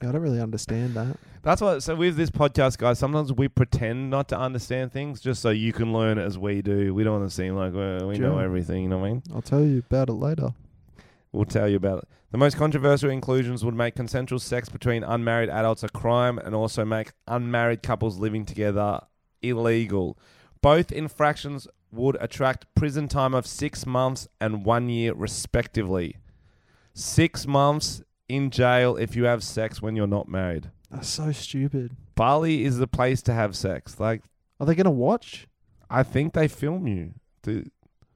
Yeah, I don't really understand that.
That's why. So with this podcast, guys, sometimes we pretend not to understand things just so you can learn as we do. We don't want to seem like uh, we know
Sure.
everything. You know what I mean?
I'll tell you about it later.
We'll tell you about it. The most controversial inclusions would make consensual sex between unmarried adults a crime and also make unmarried couples living together illegal. Both infractions would attract prison time of six months and one year, respectively. Six months in jail if you have sex when you're not married.
That's so stupid.
Bali is the place to have sex. Like,
Are they gonna watch?
I think they film you. To,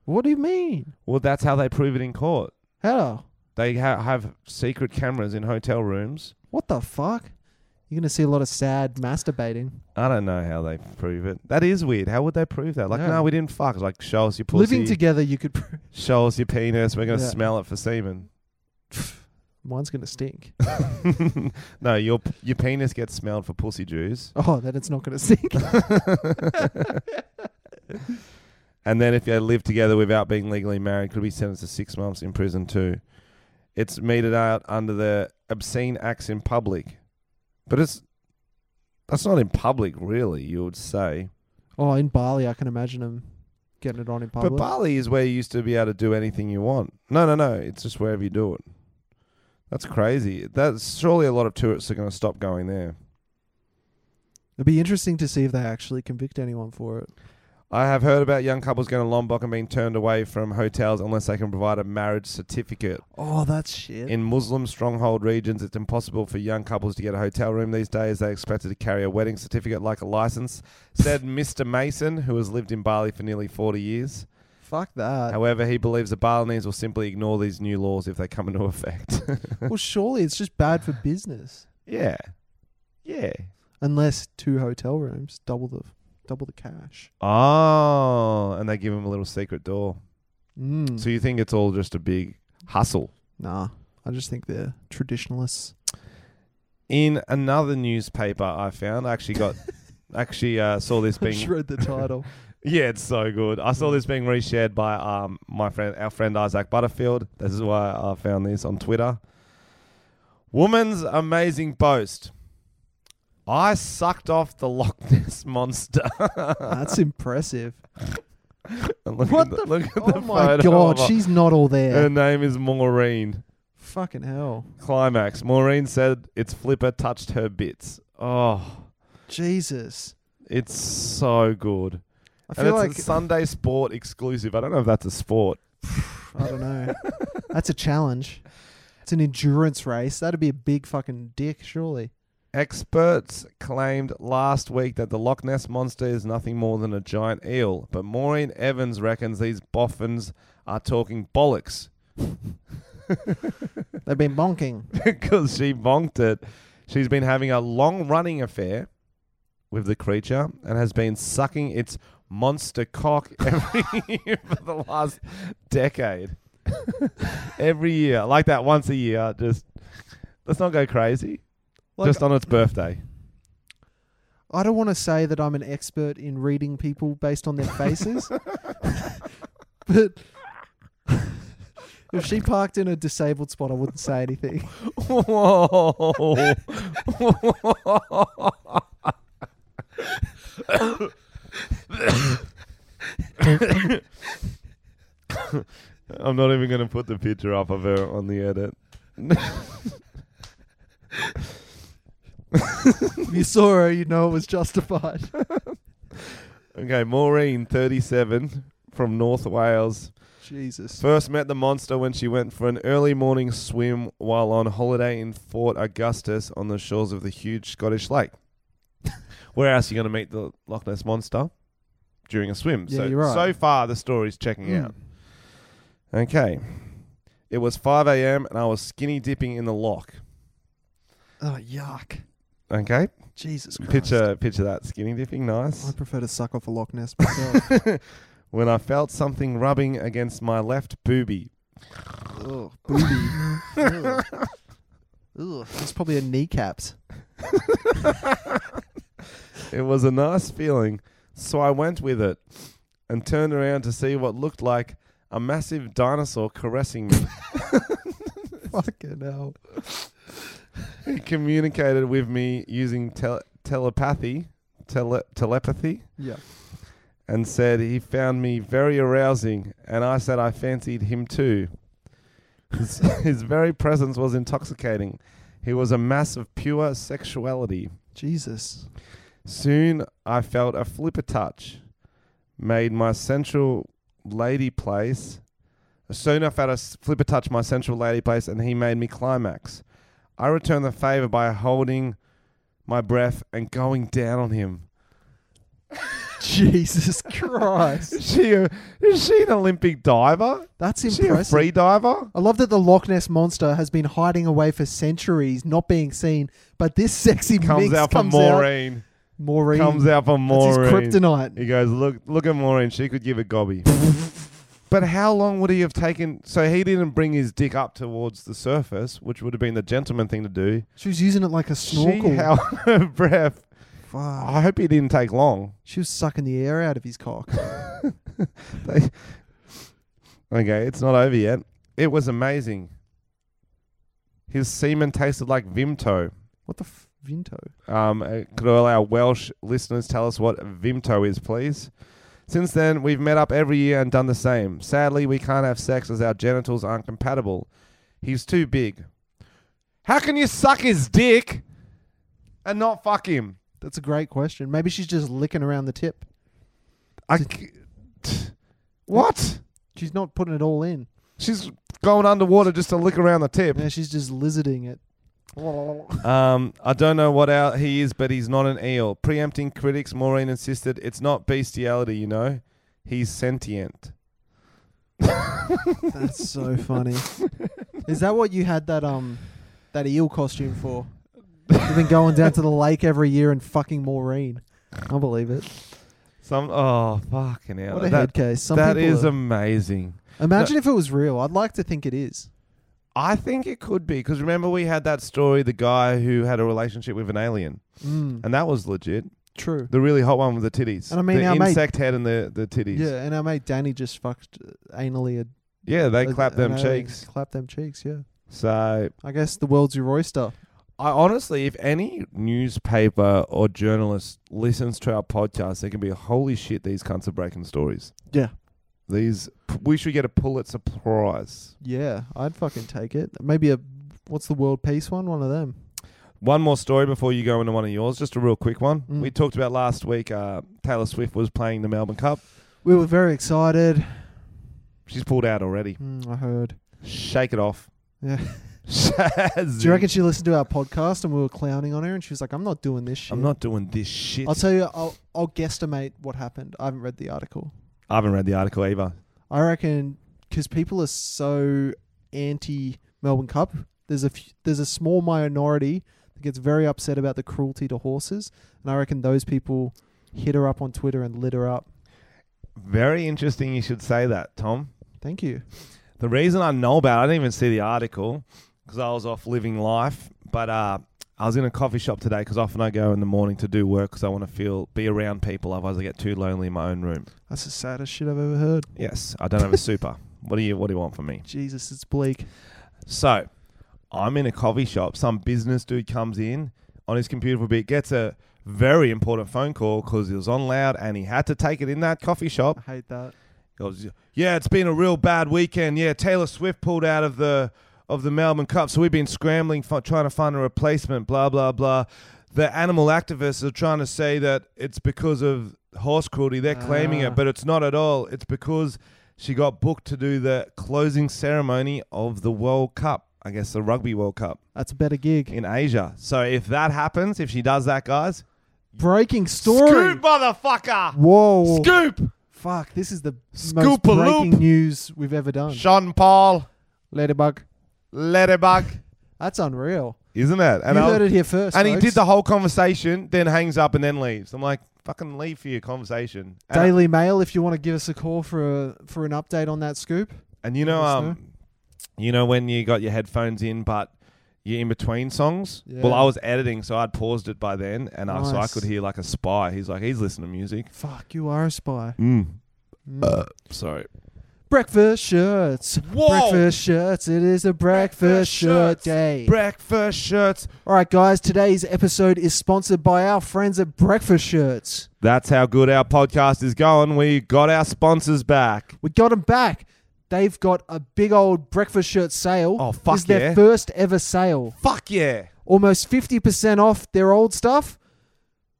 What do you mean?
well, that's how they prove it in court.
How?
They ha- have secret cameras in hotel rooms.
What the fuck? You're gonna see a lot of sad masturbating.
I don't know how they prove it. That is weird. How would they prove that? Like,
Yeah.
no, we didn't fuck. It's Like, show us your pussy.
Living together, you could. Pr-
show us your penis. We're gonna
Yeah.
smell it for semen.
Mine's gonna stink.
no, your your penis gets smelled for pussy juice.
Oh, then it's not gonna stink.
And then if they live together without being legally married, could be sentenced to six months in prison too. It's meted out under the obscene acts in public, but it's that's not in public, really. You would say.
oh, in Bali, I can imagine them getting it on in public.
But Bali is where you used to be able to do anything you want. No, no, no. It's just wherever you do it. That's crazy. That's surely a lot of tourists are going to stop going there.
It'd be interesting to see if they actually convict anyone for it.
I have heard about young couples going to Lombok and being turned away from hotels unless they can provide a marriage certificate.
Oh, that's shit.
In Muslim stronghold regions, it's impossible for young couples to get a hotel room these days. They expected to carry a wedding certificate like a license, said Mr. Mason, who has lived in Bali for nearly 40 years.
fuck that.
However, he believes the Balinese will simply ignore these new laws if they come into effect.
well, surely it's just bad for business.
Yeah. Yeah.
Unless two hotel rooms, double the double the cash.
Oh, and they give him a little secret door.
Mm.
So you think it's all just a big hustle?
nah, I just think they're traditionalists.
In another newspaper I found, I actually got, actually uh, saw this
I
being.
just read the title.
Yeah, it's so good. I
Mm.
saw this being reshared by um my friend, our friend Isaac Butterfield. This is why I found this on Twitter. Woman's amazing boast. I sucked off the Loch Ness monster.
That's impressive.
look
What
at the,
the-
look at the
Oh my
photo
god,
of her.
she's not all
Her
there.
name is Maureen.
Fucking hell.
Climax. Maureen said its flipper touched her bits. Oh,
Jesus.
it's so good.
I
And
feel
it's
like
a Sunday Sport exclusive. I don't know if that's a sport.
I don't know. That's a challenge. It's an endurance race. That'd be a big fucking dick, surely.
Experts claimed last week that the Loch Ness monster is nothing more than a giant eel, but Maureen Evans reckons these boffins are talking bollocks
They've been bonking.
because she bonked it. She's been having a long-running affair with the creature and has been sucking its monster cock every year for the last decade. every year, like that, once a year. Just let's not go crazy.
Like-
just on its birthday.
I don't want to say that I'm an expert in reading people based on their faces, but if she parked in a disabled spot, I wouldn't say anything.
Whoa. I'm not even going to put the picture up of her on the edit.
If you saw her, you know it was justified.
Okay, Maureen, 37, from North Wales.
Jesus.
First met the monster when she went for an early morning swim while on holiday in Fort Augustus on the shores of the huge Scottish lake. Where else are you going to meet the Loch Ness monster? During a swim.
Yeah,
so,
you're right.
so far, the story's checking
Mm.
out. Okay. It was 5 a.m. and I was skinny dipping in the lock.
Oh, yuck.
Okay.
Jesus Christ.
Picture, picture that skinny dipping. Nice.
I prefer to suck off a Loch Ness myself.
When I felt something rubbing against my left booby.
Ugh, booty. Ugh. Ugh. It's probably a kneecaps.
It was a nice feeling, so I went with it and turned around to see what looked like a massive dinosaur caressing me.
Fucking hell.
He communicated with me using tel- telepathy, tele- telepathy,
Yeah.
and said he found me very arousing, and I said I fancied him too. His, his very presence was intoxicating. He was a mass of pure sexuality.
Jesus.
Soon I felt a flipper touch, made my central lady place. Soon I felt a s- flipper touch my central lady place, and he made me climax. I returned the favor by holding my breath and going down on him.
Jesus Christ.
Is she a, is she an Olympic diver?
That's
Is she a
impressive.
free diver?
I love that the Loch Ness monster has been hiding away for centuries, not being seen. But this sexy
Comes
mix
out for
comes out.
Maureen.
Maureen
Comes out for
That's
Maureen.
his kryptonite.
He goes, look, look at Maureen. She could give a gobby. but how long would he have taken? So he didn't bring his dick up towards the surface, which would have been the gentleman thing to do.
She was using it like a snorkel.
She held her breath.
Fuck.
I hope he didn't take long.
She was sucking the air out of his cock.
They- okay, it's not over yet. It was amazing. His semen tasted like Vimto.
What the f- Vinto?
Um, uh, could all our Welsh listeners tell us what Vimto is, please? Since then, we've met up every year and done the same. Sadly, we can't have sex as our genitals aren't compatible. He's too big. How can you suck his dick and not fuck him?
That's a great question. Maybe she's just licking around the tip.
I c- t- what?
She's not putting it all in.
She's going underwater just to lick around the tip.
Yeah, she's just lizarding it.
Um, I don't know what out he is, but he's not an eel. Preempting critics, Maureen insisted it's not bestiality, you know. He's sentient.
That's so funny. Is that what you had that um that eel costume for? You've been going down to the lake every year and fucking Maureen. I believe it.
Some oh fucking hell!
What a head
that
case. Some
that
people
is
are-
amazing.
Imagine if it was real. I'd like to think it is.
I think it could be because remember we had that story the guy who had a relationship with an alien,
Mm,
and that was legit.
true.
The really hot one with the titties,
And I mean,
the
our mate-
insect head and the the titties.
Yeah, and our mate Danny just fucked uh, anally. A,
yeah, they
a-
clap them
an alien.
cheeks.
Clap them cheeks. Yeah.
So
I guess the world's your oyster.
I honestly, if any newspaper or journalist listens to our podcast, they can be holy shit. These cunts are breaking stories.
Yeah.
These we should get a Pulitzer Prize.
Yeah, I'd fucking take it. Maybe a what's the world peace one? One of them.
One more story before you go into one of yours, just a real quick one.
Mm.
We talked about last week. Uh, Taylor Swift was playing the Melbourne Cup.
We were very excited.
She's pulled out already.
Mm, I heard.
Shake it off.
Yeah.
Shazzy.
Do you reckon she listened to our podcast and we were clowning on her and she was like, "I'm not doing this shit."
I'm not doing this shit.
I'll tell you. I'll I'll guesstimate what happened. I haven't read the article.
I haven't read the article either.
I reckon because people are so anti Melbourne Cup, there's a few, there's a small minority that gets very upset about the cruelty to horses, and I reckon those people hit her up on Twitter and lit her up.
Very interesting. You should say that, Tom.
Thank you.
The reason I know about, it, I didn't even see the article because I was off living life. But uh, I was in a coffee shop today because often I go in the morning to do work because I want to feel be around people. Otherwise, I get too lonely in my own room.
That's the saddest shit I've ever heard.
Yes, I don't have a super. What do you What do you want from me?
Jesus, it's bleak.
So I'm in a coffee shop. Some business dude comes in on his computer for a bit, gets a very important phone call because he was on loud and he had to take it in that coffee shop.
I hate that.
Goes, yeah, it's been a real bad weekend. Yeah, Taylor Swift pulled out of the of the Melbourne Cup, so we've been scrambling for, trying to find a replacement. Blah blah blah. The animal activists are trying to say that it's because of horse cruelty. They're claiming
Ah.
it, but it's not at all. It's because she got booked to do the closing ceremony of the World Cup. I guess the Rugby World Cup
That's a better gig.
in Asia. So if that happens, if she does that, guys,
Breaking story.
scoop, motherfucker,
Whoa.
scoop,
Fuck, this is the most
Scoop-a-loop.
breaking news we've ever done.
Sean Paul,
Ladybug.
Ladybug.
That's unreal.
Isn't it? And
you
I-
heard it here first.
and he
folks.
did the whole conversation, then hangs up and then leaves. I'm like, fucking leave for your conversation. And,
Daily Mail if you want to give us a call for a, for an update on that scoop.
and you know,
Yes,
um, you know when you got your headphones in, but you're in between songs.
Yeah.
Well, I was editing, so I'd paused it by then, and I, so I
Nice.
could hear like a spy. He's like, he's listening to music.
Mm. Fuck, you are a spy.
Mm.
Mm.
Sorry.
Breakfast shirts.
Whoa.
Breakfast shirts. It is a breakfast, shirt day.
Breakfast shirts.
All right, guys, today's episode is sponsored by our friends at Breakfast Shirts.
That's how good our podcast is going. We got our sponsors back.
We got them back. They've got a big old breakfast shirt sale.
Oh, fuck
It's their
yeah.
first ever sale.
Fuck yeah.
Almost 50% off their old stuff.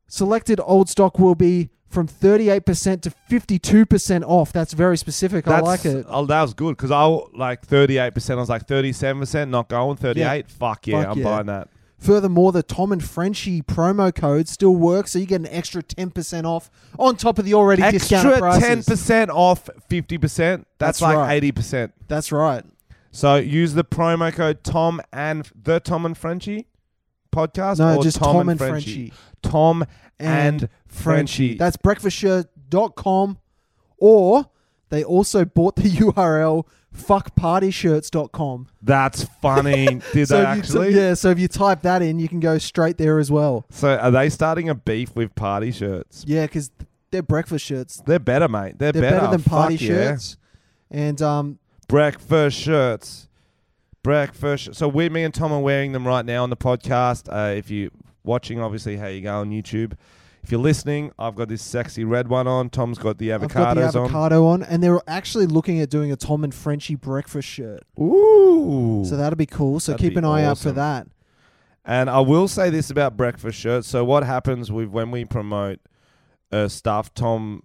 Selected old stock will be from 38% to 52% off. That's very specific. I
That's,
like it.
Oh, that was good because I w- like 38%. I was like 37%, not going. 38 Fuck yeah,
Fuck
I'm
yeah.
buying that.
Furthermore, the Tom and Frenchie promo code still works, so you get an extra 10% off on top of the already
Extra
discounted prices.
10% off 50%. That's,
That's
like
right.
80%.
That's right.
So use the promo code Tom and the Tom and Frenchie podcast.
No,
or
just
Tom, and
Frenchie.
Frenchie. Tom
And
and, Frenchie.
That's breakfastshirt.com or they also bought the URL fuckpartyshirts.com.
That's funny. Did
So
they
if you- so-
actually?
yeah, so if you type that in, you can go straight there as well.
So are they starting a beef with party shirts?
Yeah, cuz they're breakfast shirts.
They're better, mate. They're,
They're better, than party
Fuck yeah.
shirts. And um
Breakfast shirts. Breakfast. sh- So we, me and Tom are wearing them right now on the podcast. Uh, if you watching, obviously, how you go on YouTube. If you're listening, I've got this sexy red one on. Tom's got the avocados
I've got the
on.
avocado on. and they're actually looking at doing a Tom and Frenchie breakfast shirt.
Ooh.
So that'll be cool. So
That'd
keep
be
an eye out for
awesome.
that.
And I will say this about breakfast shirts. So what happens with when we promote uh, stuff, Tom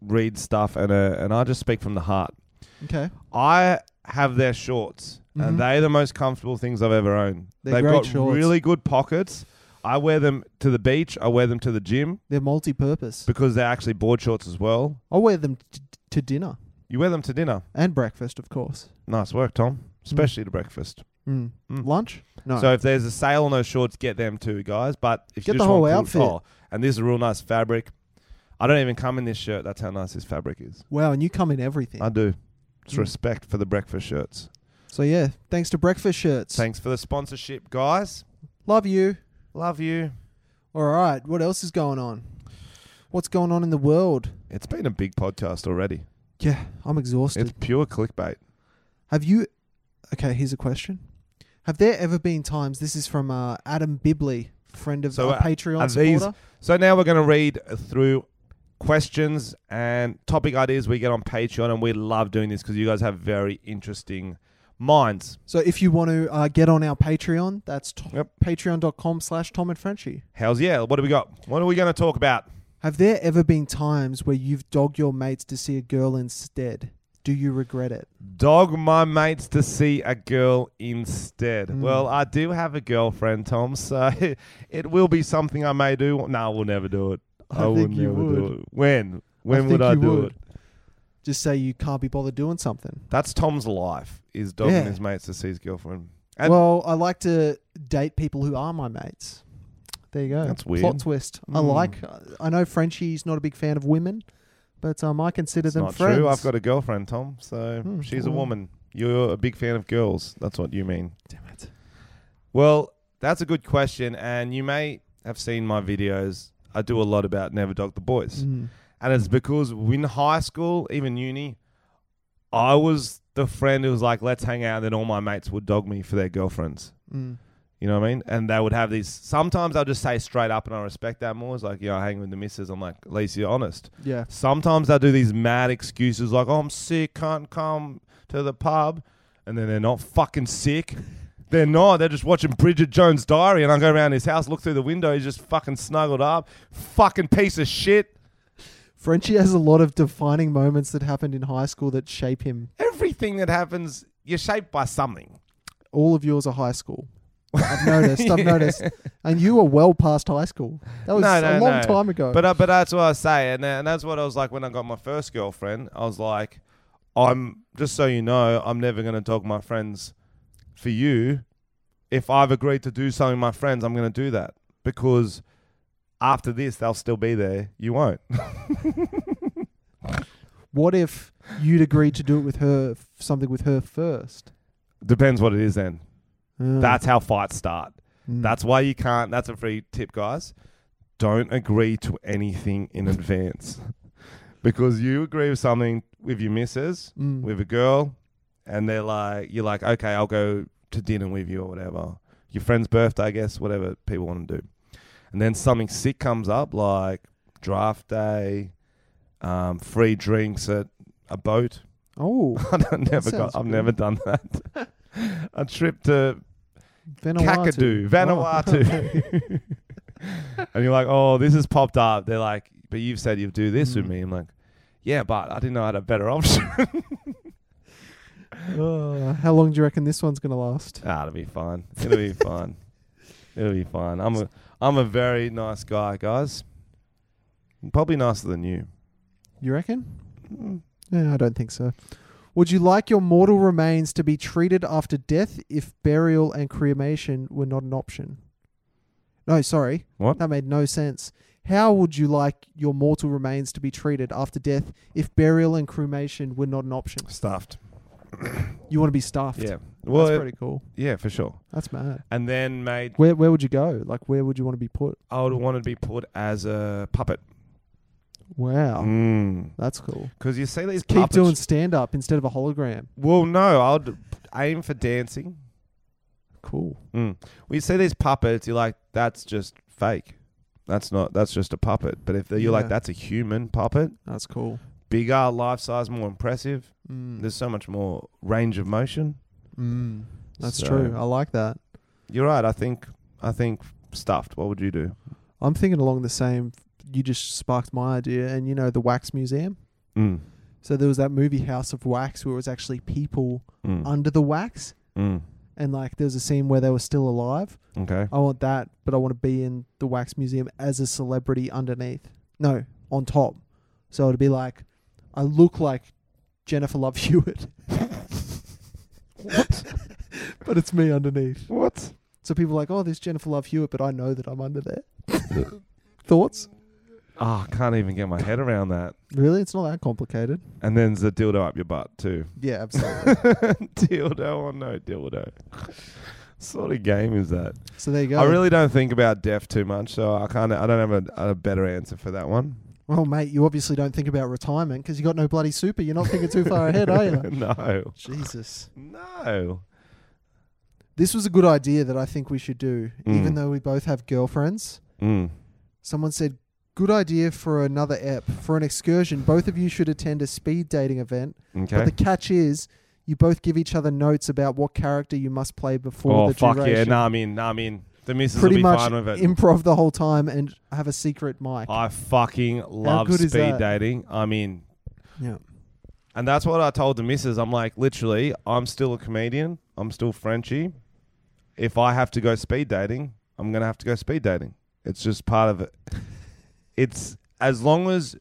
reads stuff, and uh, and I just speak from the heart.
Okay.
I have their shorts,
Mhm.
and they're the most comfortable things I've ever owned.
They're
have
great
got
shorts.
really good pockets. I wear them to the beach. I wear them to the gym
They're multi-purpose.
because they're actually board shorts as well.
I'll wear them t- to dinner
You wear them to dinner.
and breakfast, of course.
Nice work, Tom. Especially to breakfast.
Mm.
Mm.
Lunch? Mm. No.
So if there's a sale on those shorts, get them too, guys. But if
Get
you
the
just
whole
want
outfit.
cool- oh, and this is a real nice fabric. I don't even come in this shirt. That's how nice this fabric is.
wow, and you come in everything.
I do. It's
Mm.
respect for the breakfast shirts.
so yeah, thanks to breakfast shirts.
Thanks for the sponsorship, guys.
Love you.
Love you.
All right, what else is going on? What's going on in the world?
It's been a big podcast already.
Yeah, I'm exhausted.
It's pure clickbait.
Have you? Okay, here's a question. Have there ever been times? This is from uh, Adam Bibley, friend of
So,
our
uh,
Patreon
are these-
supporter.
So now we're going to read through questions and topic ideas we get on Patreon, and we love doing this because you guys have very interesting minds.
So if you want to uh, get on our Patreon, that's t-
Yep.
patreon.com/slash Tom and Frenchie.
How's yeah? What do we got? What are we going to talk about?
Have there ever been times where you've dogged your mates to see a girl instead? Do you regret it?
Dog my mates to see a girl instead.
Mm.
Well, I do have a girlfriend, Tom, so it will be something I may do. No, I will never do it.
I
will
think you
never
would.
do it. When? When
think
would I
you
do
would.
it?
Just say you can't be bothered doing something.
That's Tom's life, is dogging
Yeah.
his mates to see his girlfriend. And-
well, I like to date people who are my mates. There you go.
That's
Plot
weird.
twist. I
Mm.
like. uh, I know Frenchie's not a big fan of women, but um, I consider
It's
them
not
friends.
true. I've got a girlfriend, Tom. So
Hmm,
she's a
well.
woman. You're a big fan of girls. That's what you mean.
Damn it.
Well, that's a good question, and you may have seen my videos. I do a lot about never dog the boys,
Mm.
and it's because in high school, even uni, I was the friend who was like, "Let's hang out," and then all my mates would dog me for their girlfriends.
Mm.
You know what I mean? And they would have these. Sometimes I'll just say straight up, and I respect that more. It's like, "Yeah, I hang with the missus." I'm like, "At least you're honest."
Yeah.
Sometimes they do these mad excuses like, oh, I'm sick, can't come to the pub. And then they're not fucking sick. They're not. They're just watching Bridget Jones' diary. And I go around his house, look through the window. He's just fucking snuggled up. Fucking piece of shit.
Frenchie has a lot of defining moments that happened in high school that shape him.
Everything that happens, you're shaped by something.
All of yours are high school. I've noticed. I've noticed. And you were well past high school. That was
No,
a
no,
long
no.
time ago.
But, uh, but that's what I say. And, and that's what I was like when I got my first girlfriend. I was like, I'm, just so you know, I'm never going to dog my friends for you, if I've agreed to do something with my friends, I'm going to do that because after this, they'll still be there. You won't.
what if you'd agreed to do it with her, something with her first?
Depends what it is then.
Uh,
That's how fights start.
mm.
That's why you can't. That's a free tip, guys. Don't agree to anything in advance because you agree with something with your missus,
mm.
with a girl, and they're like, you're like, okay, I'll go to dinner with you or whatever. Your friend's birthday, I guess, whatever people want to do. And then something sick comes up, like draft day, um, free drinks at a boat.
Oh,
I don't, never
sounds
got, I've
good.
never done that. a trip to
Vanuatu. Oh.
Kakadu, Vanuatu. and you're like, oh, this has popped up. They're like, but you've said you'd do this
Mm.
with me. I'm like, yeah, but I didn't know I had a better option.
Oh, how long do you reckon this one's gonna last?
ah, it'll be fine. It'll be fine. It'll be fine. I'm a, I'm a very nice guy, guys. Probably nicer than you.
You reckon?
Mm.
Yeah, I don't think so. Would you like your mortal remains to be treated after death if burial and cremation were not an option? No, sorry.
What?
That made no sense. How would you like your mortal remains to be treated after death if burial and cremation were not an option?
Stuffed.
You want to be stuffed.
Yeah.
That's
Well,
pretty cool.
yeah, for sure.
That's mad.
And then made,
Where where would you go? Like where would you want to be put?
I would want to be put as a puppet.
Wow.
Because
That's cool.
you see these
Mm. Keep
puppets-
doing stand up instead of a hologram.
Well, no, I'd aim for dancing.
Cool.
Mm. When you see these puppets, you're like, that's just fake. That's not. That's just a puppet. But if you're
Yeah.
like, that's a human puppet,
That's cool.
bigger, life size, more impressive.
Mm.
There's so much more range of motion.
Mm, that's
So-
true. I like that.
You're right. I think. I think stuffed. What would you do?
I'm thinking along the same. You just sparked my idea, and you know the Wax Museum.
Mm.
So there was that movie House of Wax where it was actually people
Mm.
under the wax,
Mm.
and like there was a scene where they were still alive.
Okay.
I want that, but I want to be in the Wax Museum as a celebrity underneath. No, on top. So it'd be like, I look like Jennifer Love Hewitt,
What?
but it's me underneath.
what?
So people are like, oh, there's Jennifer Love Hewitt, but I know that I'm under there. Thoughts?
Oh, I can't even get my head around that.
Really? It's not that complicated.
And then there's a dildo up your butt too.
Yeah, absolutely.
dildo or no dildo. sort of game is that?
so there you go.
I really don't think about death too much, so I kind of I don't have a, a better answer for that one.
Well, mate, you obviously don't think about retirement because you got no bloody super. You're not thinking too far ahead, are you?
no,
Jesus.
no.
This was a good idea that I think we should do, even
Mm.
though we both have girlfriends.
Mm.
Someone said, Good idea for another ep. For an excursion, both of you should attend a speed dating event.
Okay.
But the catch is, you both give each other notes about what character you must play before
oh
the
fuck
duration.
yeah! Nah, I'm in. Nah, I'm in. The missus
Pretty
will be
much
fine with it.
improv the whole time and have a secret mic.
I fucking love
good is
speed
that?
dating. I'm in,
yeah.
and that's what I told the missus. I'm like, literally, I'm still a comedian. I'm still Frenchy. If I have to go speed dating, I'm gonna have to go speed dating. It's just part of it. It's as long as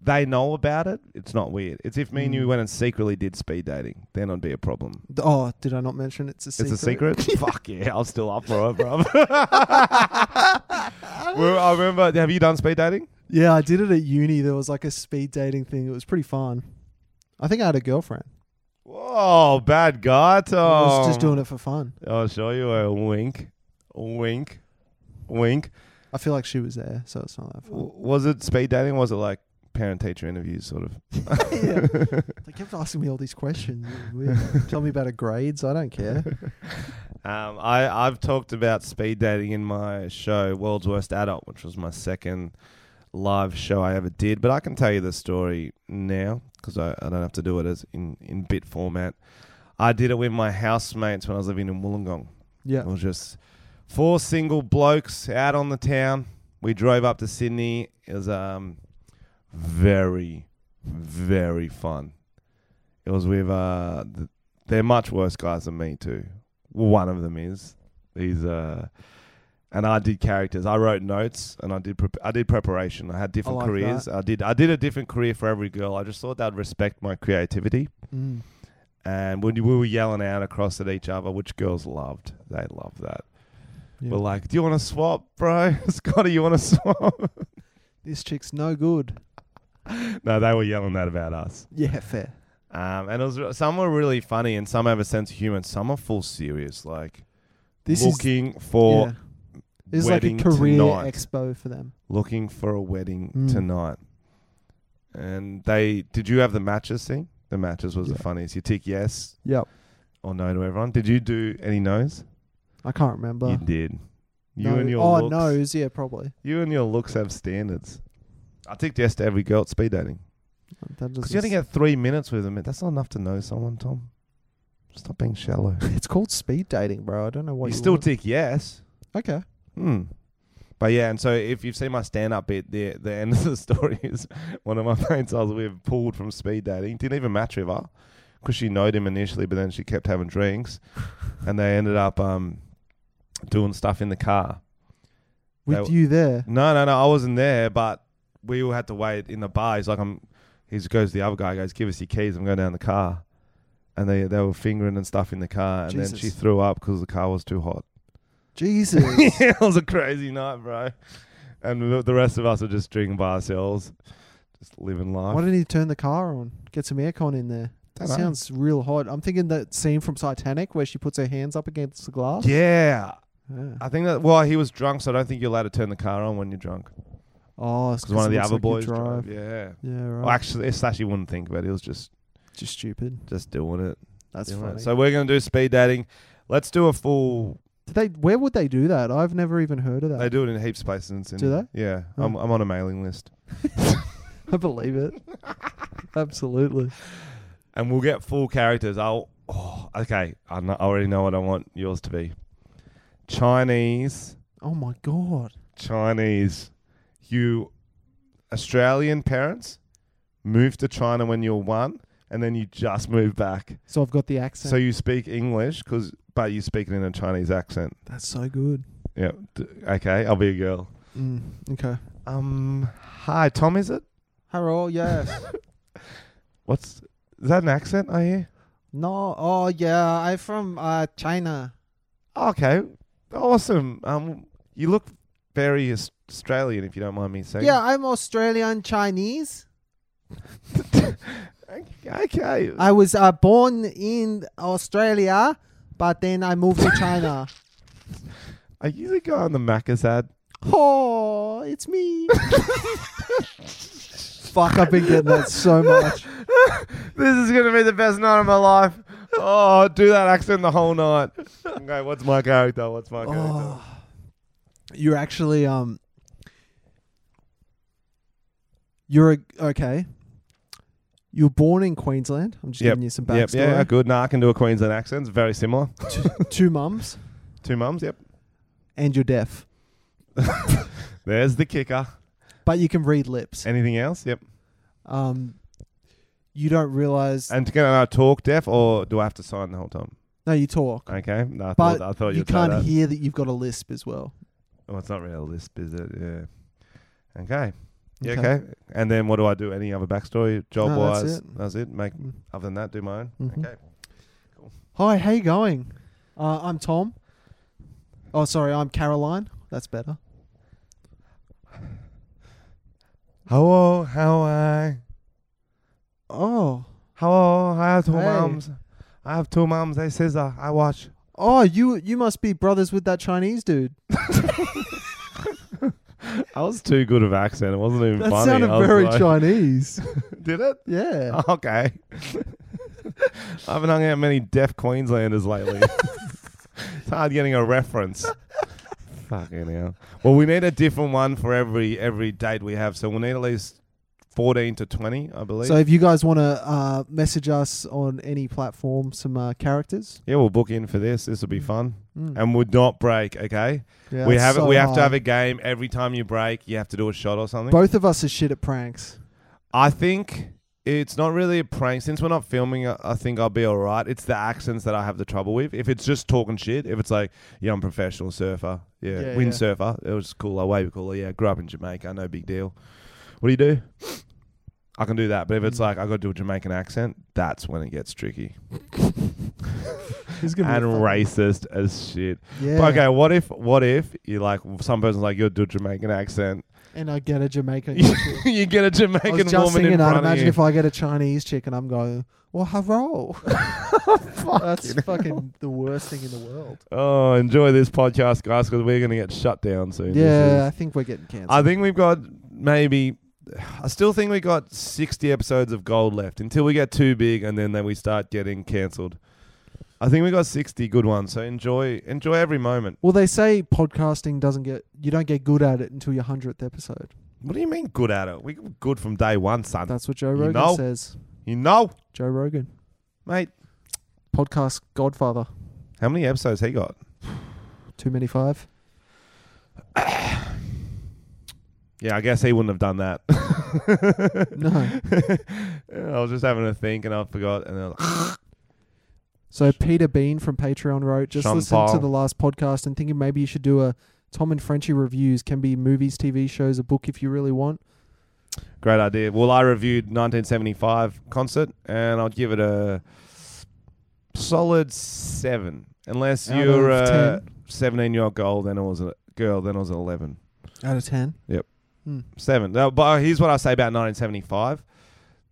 they know about it, it's not weird. It's if me and
Mm.
you went and secretly did speed dating, then it'd be a problem.
D- Oh, did I not mention it's a secret?
It's a secret. Fuck yeah, I'm still up for it, bro. Well, I remember. Have you done speed dating?
Yeah, I did it at uni. There was like a speed dating thing. It was pretty fun. I think I had a girlfriend.
Whoa, bad guy, Tom.
I was
Oh.
just doing it for fun.
I'll show you a wink, wink, wink.
I feel like she was there, so it's not that fun.
W- Was it speed dating? Was it like parent-teacher interviews, sort of?
yeah. They kept asking me all these questions. It was weird. Tell me about her grades. I don't care.
Um, I I've talked about speed dating in my show World's Worst Adult, which was my second live show I ever did. But I can tell you the story now because I, I don't have to do it as in in bit format. I did it with my housemates when I was living in Wollongong.
Yeah.
It was just four single blokes out on the town. We drove up to Sydney. It was um very, very fun. It was with uh th- they're much worse guys than me too. One of them is he's uh and I did characters. I wrote notes and I did prep I did preparation. I had different
like
careers. I did I did a different career for every girl. I just thought they'd respect my creativity
Mm.
and when you- we were yelling out across at each other, which girls loved. They loved that.
Yeah.
We're like, "Do you want to swap, bro? Scotty, you want to swap?"
This chick's no good.
no, they were yelling that about us.
Yeah, fair.
Um, and it was re- some were really funny, and some have a sense of humor, and some are full serious, like
This is
looking for
yeah. This is like a
wedding
career Hmm.
tonight.
expo for them.
looking for a wedding
Mm.
tonight. And they did you have the matches thing? The matches was the
Yeah.
funniest. You tick yes
Yep.
or no to everyone. Did you do any no's?
I can't remember.
you did. You
No-
and your
oh
looks.
nose, yeah, probably.
You and your looks have standards. I ticked yes to every girl at speed dating.
That
Because
doesn't
you only get three minutes with them. That's not enough to know someone, Tom. Stop being shallow.
s- it's called speed dating, bro. I don't know what
you
you,
still
want.
tick yes.
okay.
Hmm. But yeah, and so if you've seen my stand up bit, the the end of the story is one of my mates I was with pulled from speed dating, didn't even match with her because she knowed him initially, but then she kept having drinks, and they ended up um doing stuff in the car.
With
That w-
you there,
No, no, no, I wasn't there, but we all had to wait in the bar. He's like, I'm. He goes to the other guy, goes, give us your keys. I'm going down the car, and they they were fingering and stuff in the car, and then she
Jesus.
threw up because the car was too hot.
Jesus.
it was a crazy night, bro. And the- the rest of us are just drinking by ourselves, just living life.
Why didn't he turn the car on? Get some aircon in there. That
Don't know.
sounds real hot. I'm thinking that scene from Titanic where she puts her hands up against the glass.
yeah,
Yeah.
I think that. Well, he was drunk, so I don't think you're allowed to turn the car on when you're drunk.
Oh, it's
Because one of
it
the
looks
other
like you
boys
drive.
drove. Yeah.
Yeah, right.
Well, actually, slash, he wouldn't think about it. He was just
Just stupid.
just doing it.
That's
doing it.
funny.
So we're gonna do speed dating. Let's do a full.
Do they, where would they do that? I've never even heard of that.
They Uh, do it in heaps of places. In Sydney.
Do
Yeah,
Oh.
I'm, I'm on a mailing list,
I believe it. Absolutely.
and we'll get full characters. I'll. Oh, okay, I, know, I already know what I want yours to be. Chinese.
Oh my god.
Chinese. You Australian parents moved to China when you were one, and then you just moved back.
So I've got the accent.
So you speak English, cause but you speak it in a Chinese accent.
That's so good.
Yeah. D- okay, I'll be a girl.
Mm, okay.
Um, hi, Tom. Is it?
Hello. Yes.
What's is that an accent I hear?
no. Oh yeah. I'm from uh, China.
Okay, awesome. Um, you look very Aus- Australian, if you don't mind me saying.
Yeah, I'm Australian Chinese.
Okay.
I was uh, born in Australia, but then I moved to China.
Are you the guy on the Macca's ad?
oh, it's me. Fuck, I've been getting that so much.
This is gonna be the best night of my life. Oh, do that accent the whole night. Okay, what's my character? What's my character?
Oh. You're actually um You're a, okay. You're born in Queensland. I'm just giving you some
Yep.
backstory.
Yeah, good. Nah, I can do a Queensland accent. It's very similar.
Two mums
Two mums. Yep.
and you're deaf.
There's the kicker.
But you can read lips.
Anything else? Yep.
Um you don't realize
And can I talk deaf or do I have to sign the whole time?
No, you talk.
Okay. No, I
But
thought I thought
you
you'd say
can't
that.
hear that you've got a lisp as well.
Oh, it's not really a lisp, is it? Yeah. Okay. Yeah,
Okay.
okay. And then what do I do? Any other backstory? Job wise?
that's it.
Make
Mm.
other than that, do my own.
Mhm.
Okay.
Hi, how you going? Uh, I'm Tom. Oh, sorry, I'm Caroline. That's better.
Hello, how I
Oh,
Hello, I have two
Hey.
moms. I have two moms. They scissor. I watch.
oh, you you must be brothers with that Chinese dude.
I was too good of accent. It wasn't even
That
funny.
sounded
I was
very
like- Oh,
Chinese.
Did it?
Yeah.
Okay. I haven't hung out many deaf Queenslanders lately. it's hard getting a reference. Fucking hell. Well, we need a different one for every every date we have. So we'll need at least fourteen to twenty, I believe.
So if you guys want to uh, message us on any platform, some uh, characters.
yeah, we'll book in for this. This will be fun,
Mm.
and we'll not break. Okay,
Yeah,
we
that's
have
so
we have to have
hard.
a game every time you break. You have to do a shot or something.
Both of us are shit at pranks.
I think it's not really a prank. Since we're not filming, I I think I'll be all right. It's the accents that I have the trouble with. If it's just talking shit, if it's like, yeah, I'm a professional surfer, yeah,
Yeah,
windsurfer, it was cooler, way cooler. Yeah, grew up in Jamaica, no big deal. What do you do? I can do that. But if it's
Mm.
like, I got to do a Jamaican accent, that's when it gets tricky.
It's
And
gonna be a fun-
racist as shit.
Yeah.
Okay, what if, what if you like, some person's like, you'll do a Jamaican accent.
And I get a Jamaican. chick.
you get a
I was
Jamaican
just
woman in
thinking, I'd
front of
imagine
you.
if I get a Chinese chick and I'm going, well, hello. That's fucking the worst thing in the world.
Oh, enjoy this podcast, guys, because we're going to get shut down soon. This
Yeah, I
is-
think we're getting cancelled.
I think we've got maybe I still think we got 60 episodes of gold left until we get too big and then, then we start getting cancelled. I think we got 60 good ones, so enjoy enjoy every moment.
Well, they say podcasting doesn't get you don't get good at it until your hundredth episode.
What do you mean good at it? We were good from day one, son.
That's what Joe
You
Rogan
know?
says.
you know,
Joe Rogan,
mate.
podcast godfather,
How many episodes he got?
too many five.
Yeah, I guess he wouldn't have done that.
No.
I was just having a think and I forgot. And I was like,
So Peter Bean from Patreon wrote, just
Sean
listening
Paul.
to the last podcast and thinking maybe you should do a Tom and Frenchie reviews. Can be movies, TV shows, a book if you really want.
great idea. Well, I reviewed 1975 concert and I'll give it a solid seven. Unless
Out
you're
of
a
10?
17 year old girl, then I was a girl, then I was an 11.
Out of ten.
Seven. No, but here's what I say about 1975.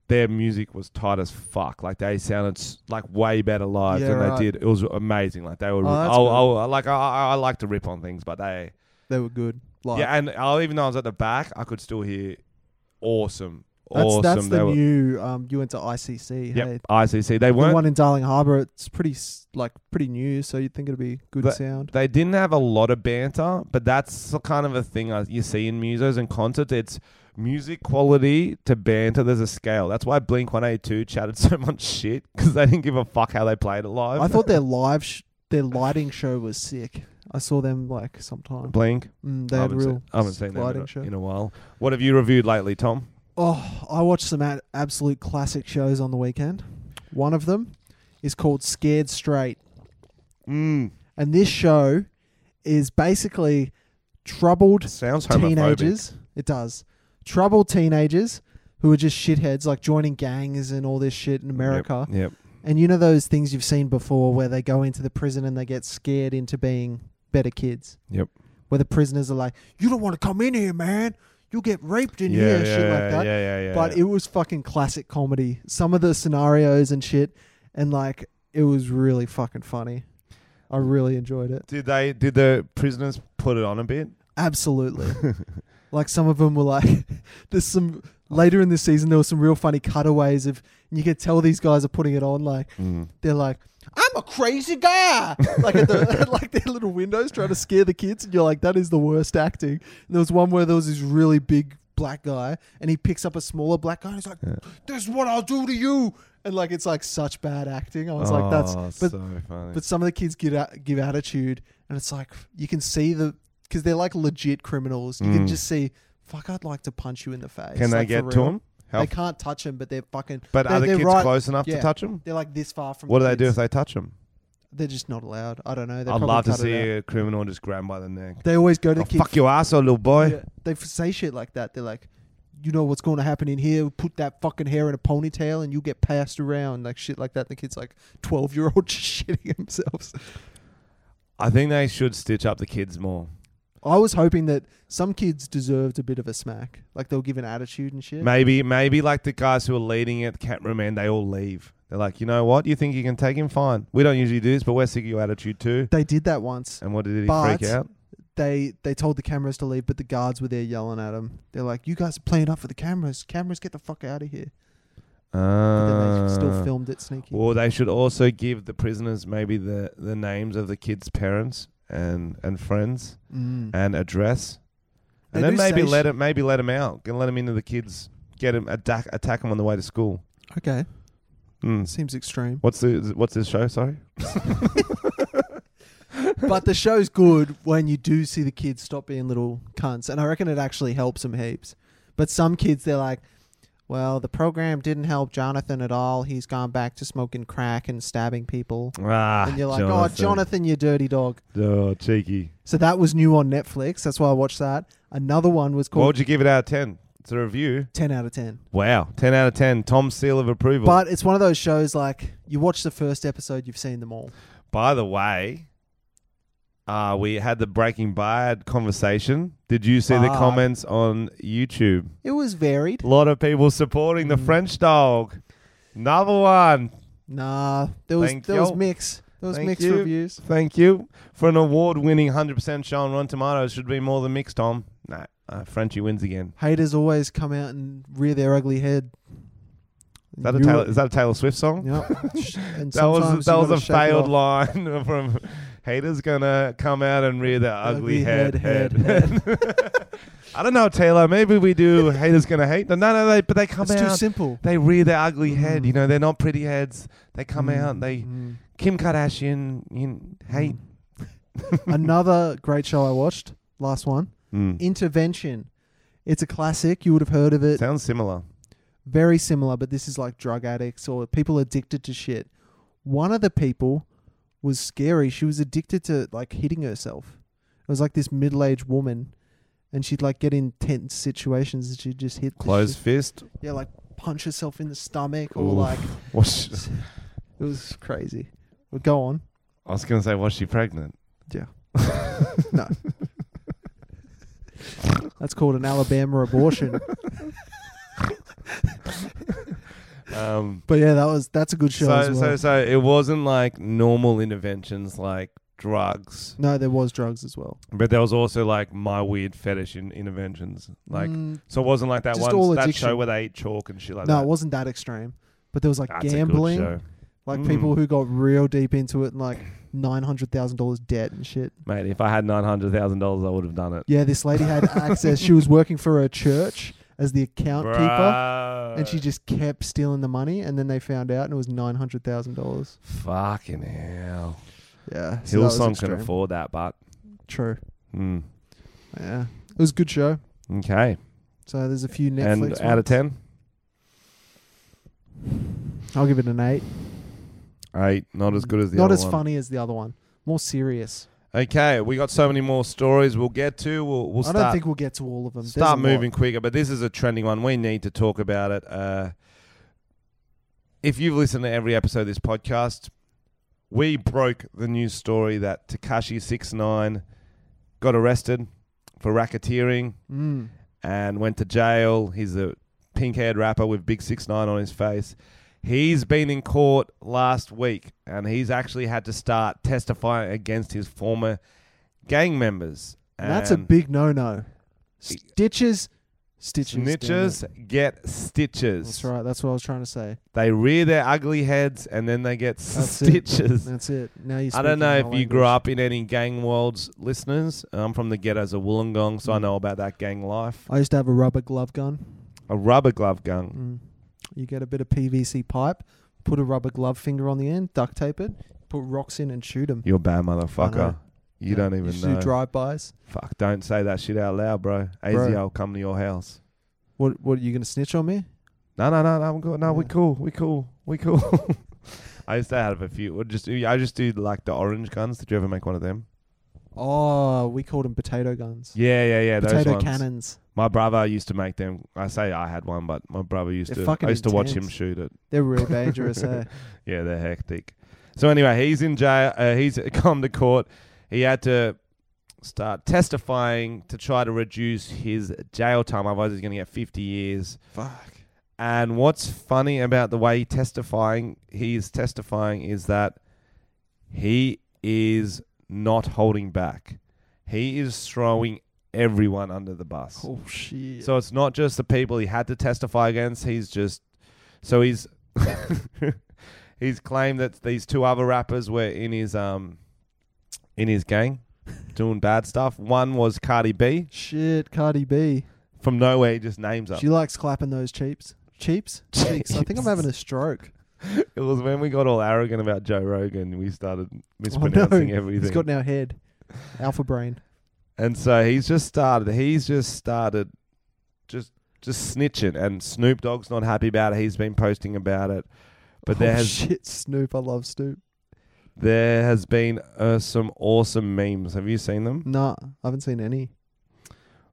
Their music was tight as fuck. Like they sounded s- like way better live
Yeah,
than
right.
they did. It was amazing. Like they were.
Oh, that's
I'll,
good.
I'll, I like I, I I like to rip on things, but they.
They were good. Like,
Yeah, and i even though I was at the back, I could still hear awesome,
that's
awesome.
that's
they
the
were,
new. Um, you went to ICC.
yep,
Hey,
ICC. They
the
weren't.
one in Darling Harbour. It's pretty s- like pretty new, so you'd think it'd be good
But-
sound.
They didn't have a lot of banter, but that's the kind of a thing I, you see in musos and concerts. It's music quality to banter. There's a scale. That's why Blink 182 chatted so much shit because they didn't give a fuck how they played it live.
I thought their live sh- their lighting show was sick. I saw them like sometime.
Blink.
Mm, they had
I haven't
real
seen, I haven't seen
lighting
them
show.
in a, in a while. What have you reviewed lately, Tom?
Oh, I watched some a- absolute classic shows on the weekend. One of them is called Scared Straight.
Mm,
And this show is basically troubled
sounds homophobic.
teenagers. It does. Troubled teenagers who are just shitheads, like joining gangs and all this shit in America.
Yep. yep.
And you know those things you've seen before where they go into the prison and they get scared into being better kids.
Yep.
Where the prisoners are like, you don't want to come in here, man. You'll get raped in
Yeah,
here,
yeah,
shit like
yeah,
that
yeah, yeah, yeah.
but it was fucking classic comedy. Some of the scenarios and shit, and like it was really fucking funny. I really enjoyed it.
did they did the prisoners put it on a bit?
Absolutely. like some of them were like, there's some later in the season there were some real funny cutaways of, and you could tell these guys are putting it on. Like they're like, I'm a crazy guy. like at the like their little windows trying to scare the kids, and you're like, that is the worst acting. And there was one where there was this really big black guy, and he picks up a smaller black guy, and he's like, "This is what I'll do to you." And like it's like such bad acting. I was like, that's
Oh,
but
so funny.
but some of the kids give at, give attitude, and it's like you can see the because they're like legit criminals. You can just see, fuck, I'd like to punch you in the face.
Mm. Can they
like, for
get to
real.
him?
They can't touch him, but they're fucking.
But
they're,
are the
they're
kids
right-
close enough
yeah.
to touch him?
They're like this far from.
What do they do
kids.
if they touch him?
They're just not allowed. I don't know. They
I'd
probably
love to
cut it
see
out.
a criminal just grab 'em by the neck.
They always go to
Oh,
the kids.
fuck your asshole, little boy.
Yeah, they f- say shit like that. They're like, you know what's going to happen in here? Put that fucking hair in a ponytail, and you get passed around like shit like that. the kid's like twelve year old just shitting themselves.
I think they should stitch up the kids more.
I was hoping that some kids deserved a bit of a smack, like they'll give an attitude and shit.
Maybe, maybe like the guys who are leading it, the cameraman, they all leave. They're like, you know what? You think you can take him? Fine. We don't usually do this, but we're sick of your attitude too.
They did that once.
And what did he
But-
freak out?
They they told the cameras to leave, but the guards were there yelling at them. They're like, "You guys are playing up for the cameras. Cameras, get the fuck out of here!" But then
Uh,
they still filmed it sneaky.
or they should also give the prisoners maybe the, the names of the kids' parents and, and friends
Mm.
and address. And
They do
then
say
maybe
sh-
let it, maybe let him out, and let him into the kids, get him attack attack him on the way to school.
Okay,
Mm.
seems extreme.
What's the what's this show? Sorry,
but the show's good when you do see the kids stop being little cunts, and I reckon it actually helps them heaps. But some kids, they're like, "Well, the program didn't help Jonathan at all. He's gone back to smoking crack and stabbing people."
ah,
And you're like, "Oh,
Jonathan,
Jonathan, you dirty dog."
oh, cheeky.
So that was new on Netflix. That's why I watched that. Another one was
What
called
would you give it out of ten? It's a review.
Ten Out of Ten.
Wow, ten out of ten. Tom's seal of approval.
But it's one of those shows like you watch the first episode, you've seen them all.
by the way, uh, we had the Breaking Bad conversation. Did you see the
Fuck.
comments on YouTube?
It was varied.
A lot of people supporting
Hmm.
the French dog. Number one.
Nah, there was
Thank
there was
you.
mix. There was
Thank
mixed
you.
reviews.
Thank you. For an award winning 100% show on Rotten Tomatoes, should be more than mixed, Tom. No, Uh, Frenchie wins again.
Haters always come out and rear their ugly head.
Is that a
You-
Taylor, is that a Taylor Swift song?
Yep. and
That was
sometimes
that
you
was
gotta
a
shake it
failed
off.
line from haters gonna come out and rear their
Ugly
ugly, head.
head,
head, I don't know, Taylor. Maybe we do. haters gonna hate. No, no, they, but they come
It's
out.
too simple.
They rear their ugly head.
Mm.
You know, they're not pretty heads. They come
Mm,
out. They
mm.
Kim Kardashian. You, hate.
Another great show I watched. Last one.
Mm.
Intervention. It's a classic. You would have heard of it.
Sounds similar.
Very similar, but this is like drug addicts or people addicted to shit. One of the people was scary. She was addicted to like hitting herself. It was like this middle aged woman, and she'd like get in tense situations and she'd just hit the
Closed
shit.
fist.
Yeah, like punch herself in the stomach or
Oof.
like
Was she-
it was crazy. Well, go on.
I was gonna say, was she pregnant?
Yeah. no. That's called an Alabama abortion.
Um,
But yeah, that was that's a good show
so,
as well.
so, so it wasn't like normal interventions like drugs,
no, there was drugs as well.
but there was also like my weird fetish in, interventions. Like,
Mm,
so it wasn't like that
Just
one
all
that show
addiction.
where they ate chalk and shit like
no,
that.
it wasn't that extreme. But there was like
That's a good
gambling,
show.
like
Mm.
people who got real deep into it and like nine hundred thousand dollars debt and shit.
mate. If I had nine hundred thousand dollars, I would have done it.
Yeah, this lady had access. She was working for a church as the account keeper,
Bruh.
and she just kept stealing the money. And then they found out, and it was nine hundred thousand dollars.
fucking hell.
Yeah, so that was
Hillsong can
extreme.
afford that, but
True.
mm.
Yeah, it was a good show.
okay.
So there's a few Netflix.
and out
ones.
of ten,
I'll give it an eight.
eight. Not as good as the
Not
other
as
one.
funny as the other one. More serious.
Okay, we got so many more stories we'll get to. We'll, we'll
I
start,
don't think we'll get to all of them. There's
start
a lot.
moving quicker, but this is a trending one. We need to talk about it. Uh, if you've listened to every episode of this podcast, we broke the news story that Takashi Six Nine got arrested for racketeering
Mm.
and went to jail. He's a pink haired rapper with Big Six Nine on his face. He's been in court last week and he's actually had to start testifying against his former gang members.
And that's a
And E
big no-no. Stitches, stitches, damn it.
Snitches get stitches.
That's right. That's what I was trying to say.
They rear their ugly heads and then they get
That's it.
stitches.
That's it. Now you.
I don't know if you grew up in any gang worlds, listeners. I'm from the ghettos of Wollongong,
Mm.
so I know about that gang life.
I used to have a rubber glove gun.
A rubber glove gun.
Mm. You get a bit of PVC pipe, put a rubber glove finger on the end, duct tape it, put rocks in, and shoot them.
You're a bad motherfucker. You don't
you
even
should
know.
do drive-bys.
Fuck, don't say that shit out loud, bro.
Bro.
AZ, I'll come to your house.
What? What are you going to snitch on me?
No, no, no, no, I'm good. No, we
Yeah.
cool. We cool. We cool. I used to have a few. Or just I just do like the orange guns. Did you ever make one of them?
Oh, we called them potato guns.
Yeah, yeah, yeah. those
potato
ones.
cannons.
My brother used to make them. I say I had one, but my brother used
They're
to.
fucking
I used to watch him
intense.
shoot it.
They're real dangerous, eh?
Yeah, they're hectic. So anyway, he's in jail. Uh, he's come to court. He had to start testifying to try to reduce his jail time. Otherwise, he's going to get 50 years.
Fuck.
And what's funny about the way he testifying, he is testifying, is that he is not holding back. He is throwing everyone under the bus.
Oh shit.
So it's not just the people he had to testify against. He's just so he's he's claimed that these two other rappers were in his um in his gang doing bad stuff. One was Cardi B
shit, Cardi B.
from nowhere. He just names up.
She likes clapping those cheeps. Cheeps? Cheeks. I think I'm having a stroke.
It was when we got all arrogant about Joe Rogan, we started mispronouncing
no.
everything.
Oh, He's got now head. Alpha brain.
and so he's just started. He's just started, just just snitching. And Snoop Dogg's not happy about it. He's been posting about it. But there
oh,
has
shit, Snoop. I love Snoop.
there has been uh, some awesome memes. Have you seen them?
Nah, I haven't seen any.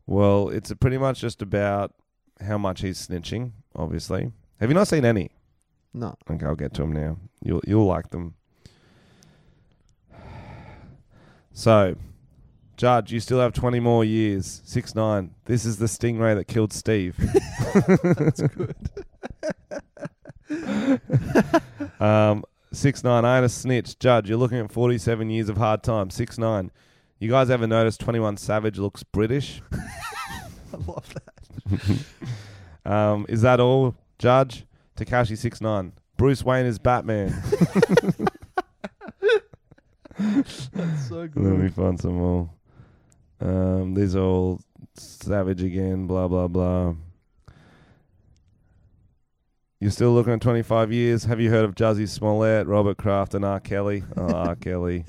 Well, it's pretty much just about how much he's snitching. Obviously, have you not seen any?
No.
Okay, I'll get to them now. You'll you'll like them. So, Judge, you still have twenty more years. Six nine. This is the stingray that killed Steve.
That's good.
Um, six nine. I had a snitch. Judge, you're looking at forty seven years of hard time. Six nine. You guys ever noticed twenty one Savage looks British?
love that.
Um, is that all, Judge? Takashi six nine. Bruce Wayne is Batman.
So
Let me
good.
find some more. Um, these are all savage again. Blah blah blah. You're still looking at 25 years. Have you heard of Juzzy Smollett, Robert Kraft, and R. Kelly? Oh, R. Kelly.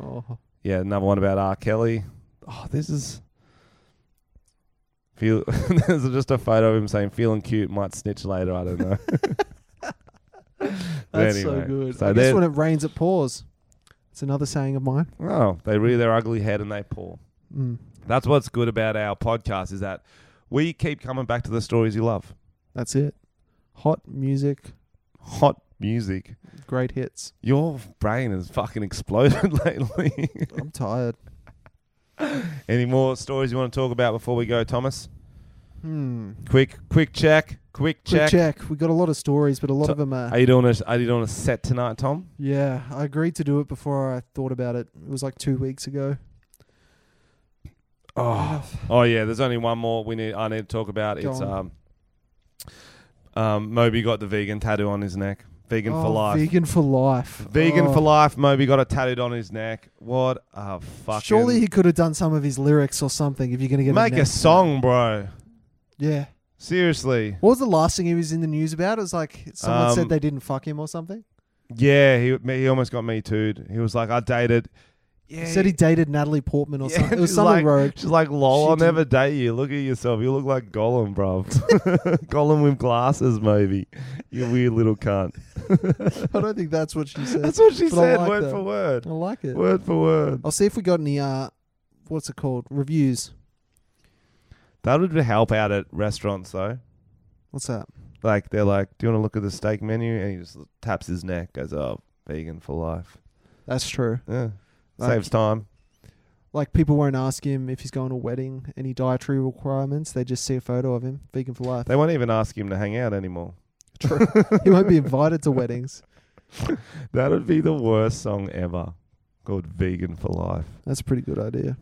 Oh,
Yeah, another one about R. Kelly. Oh, this is. Feel there's just a photo of him saying feeling cute might snitch later. I don't know.
that's
Anyway,
so good.
so
I guess
there-
when it rains, it pours. It's another saying of mine.
oh, they rear their ugly head and they pull.
Mm,
That's what's good about our podcast is that we keep coming back to the stories you love.
that's it. Hot music,
Hot music.
great hits.
Your brain has fucking exploded lately.
I'm tired.
Any more stories you want to talk about before we go, Thomas?
Hmm.
Quick, quick check, quick
Quick
check.
check. We got a lot of stories, but a lot
So-
of them are.
Are you doing a Are you doing a set tonight, Tom?
yeah, I agreed to do it before I thought about it. It was like two weeks ago.
Oh, oh yeah. There's only one more we need. I need to talk about.
Go
it's
on.
um, um, Moby got the vegan tattoo on his neck. Vegan for
Oh,
life.
Vegan for life.
Vegan
Oh.
for life. Moby got it tattooed on his neck. What a fucking.
Surely he could have done some of his lyrics or something. If you're gonna get
make a
neck-
song, bro.
Yeah.
Seriously.
What was the last thing he was in the news about? It was like someone
Um,
said they didn't fuck him or something.
Yeah, he me- he almost got me too'd. He was like, I dated. Yeah.
He said he dated Natalie Portman or
yeah,
something. It was
she's
someone
like-
wrote.
She's like, lol,
She
I'll never date you. Look at yourself. You look like Gollum, bruv. Gollum with glasses, maybe. You weird little cunt.
I don't think that's what she said.
That's what she
But I
said,
like
word
that.
for word.
I like it.
Word for word.
I'll see if we got any. Uh, what's it called? Reviews.
That would help out at restaurants, though.
What's that?
Like, they're like, do you want to look at the steak menu? And he just taps his neck, goes, oh, vegan for life.
That's true.
Yeah.
Like-
Saves time.
Like people won't ask him if he's going to a wedding, any dietary requirements. They just see a photo of him, vegan for life.
They won't even ask him to hang out anymore.
True. he won't be invited to weddings.
That would be the worst song ever called Vegan for Life.
That's a pretty good idea.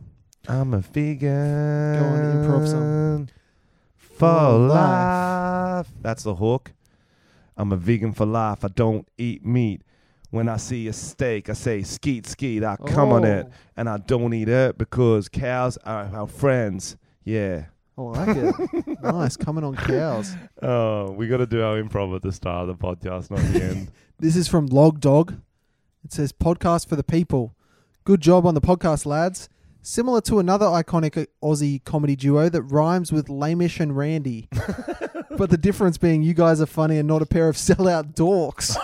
I'm a vegan. Go
improv song.
For
For
life. That's the hook. I'm a vegan for life. I don't eat meat. When I see a steak, I say skeet skeet. I come on it.
Oh.
And I don't eat it because cows are our friends. Yeah.
Oh, I like it. nice coming on cows.
Oh, we got to do our improv at the start of the podcast, not the end.
This is from Log Dog. It says podcast for the people. Good job on the podcast, lads. Similar to another iconic Aussie comedy duo that rhymes with Lamish and Randy. but the difference being you guys are funny and not a pair of sellout dorks.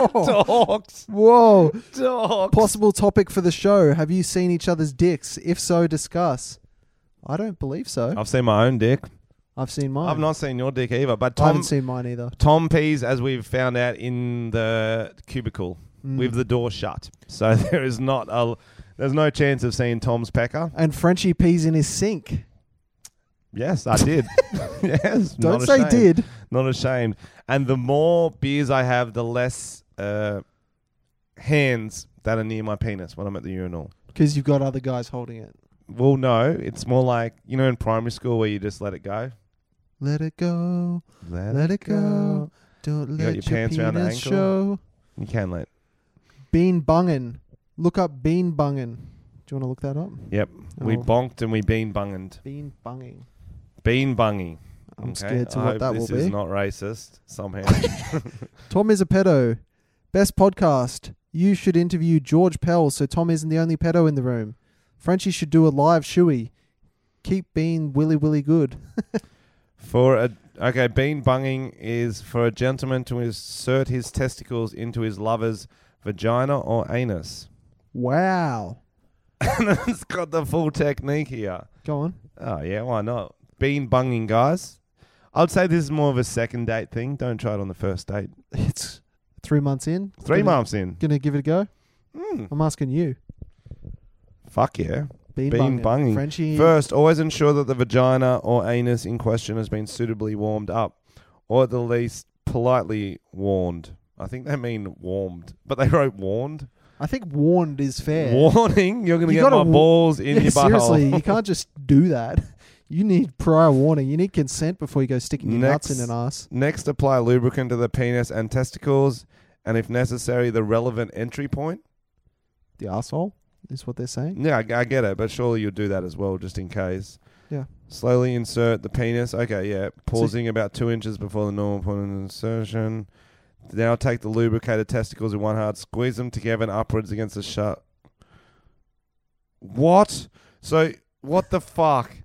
Dogs.
Whoa.
Dogs.
Possible topic for the show. Have you seen each other's dicks? If so, discuss. I don't believe so.
I've seen my own dick.
I've seen mine.
I've not seen your dick either, but
I haven't
Tom
seen mine either.
Tom pees as we've found out in the cubicle
Mm.
with the door shut, so there is not a there's no chance of seeing Tom's pecker.
And Frenchie pees in his sink.
Yes, I did. yes,
Don't
not
say
ashamed.
did.
Not ashamed. And the more beers I have, the less uh, hands that are near my penis when I'm at the urinal.
Because you've got other guys holding it.
Well, no, it's more like you know in primary school where you just let it go.
Let it go. Let it go. Don't
got
let
your
your,
pants
penis
around the ankle?
show.
You can let.
Bean bungin. Look up bean bungin. Do you want to look that up?
Yep. We
Oh.
bonked and we bean bunged.
Bean bunging.
Bean bungy.
I'm
Okay,
scared to
I hope
what that will
this is
be.
not racist somehow.
Tom is a pedo. Best podcast. You should interview George Pell so Tom isn't the only pedo in the room. Frenchie should do a live shoey. Keep being willy willy good.
for a okay, bean bunging is for a gentleman to insert his testicles into his lover's vagina or anus.
Wow.
And it's got the full technique here.
Go on.
Oh yeah, why not? Bean bunging, guys. I'd say this is more of a second date thing. Don't try it on the first date.
It's three months in.
Three
Gonna-
months in.
Gonna give it a go.
Mm.
I'm asking you.
Fuck yeah.
Bean,
Bean
bunging.
bunging.
Frenchie.
First, always ensure that the vagina or anus in question has been suitably warmed up, or at the least politely warned. I think they mean warmed, but they wrote warned.
I think warned is fair.
Warning, you're going to
You
get
gotta
my
wa-
balls in
Yeah,
your butthole.
seriously, you can't just do that. You need prior warning. You need consent before you go sticking your nuts
Next.
in an ass.
Next, apply lubricant to the penis and testicles, and if necessary, the relevant entry point.
The asshole is what they're saying.
Yeah, I, I get it, but surely you'll do that as well, just in case.
Yeah.
Slowly insert the penis. Okay, yeah. Pausing about two inches before the normal point of insertion. Now take the lubricated testicles in one hard, squeeze them together and upwards against the shut. What? So what the fuck?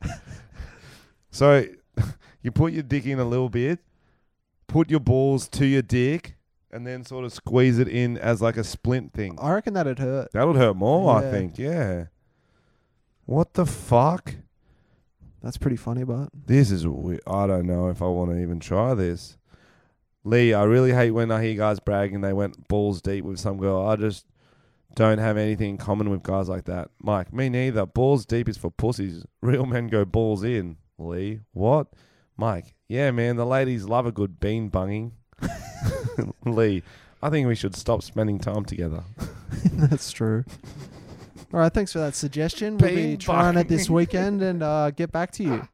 so you put your dick in a little bit, put your balls to your dick, and then sort of squeeze it in as like a splint thing.
I reckon that'd hurt.
That would hurt more, I
Yeah.
think. Yeah. What the fuck?
That's pretty funny, but
This is we- I don't know if I want to even try this. Lee, I really hate when I hear guys bragging they went balls deep with some girl. I just don't have anything in common with guys like that. Mike, me neither. Balls deep is for pussies. Real men go balls in. Lee, what? Mike, yeah, man, the ladies love a good bean bunging. Lee, I think we should stop spending time together.
that's true. All right, thanks for that suggestion. We'll be
Bean
trying it
bang.
this weekend and uh, get back to you.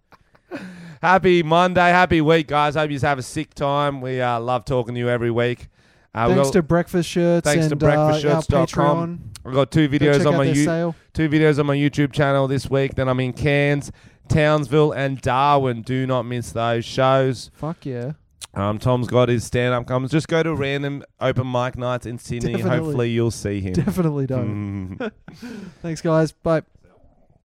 Happy Monday, happy week, guys. Hope you have a sick time. We uh, love talking to you every week. Uh, we
thanks
got,
to Breakfast Shirts
thanks
and
to breakfastshirts
uh, our
dot
Patreon.
com. I got two
Go
videos
check
on
out
my
their
you-
sale.
two videos on my YouTube channel this week. Then I'm in Cairns, Townsville, and Darwin. Do not miss those shows.
Fuck yeah.
Um, Tom's got his stand up comes. Just go to random open mic nights in Sydney.
Definitely.
Hopefully, you'll see him.
Definitely don't.
Mm.
Thanks, guys. Bye.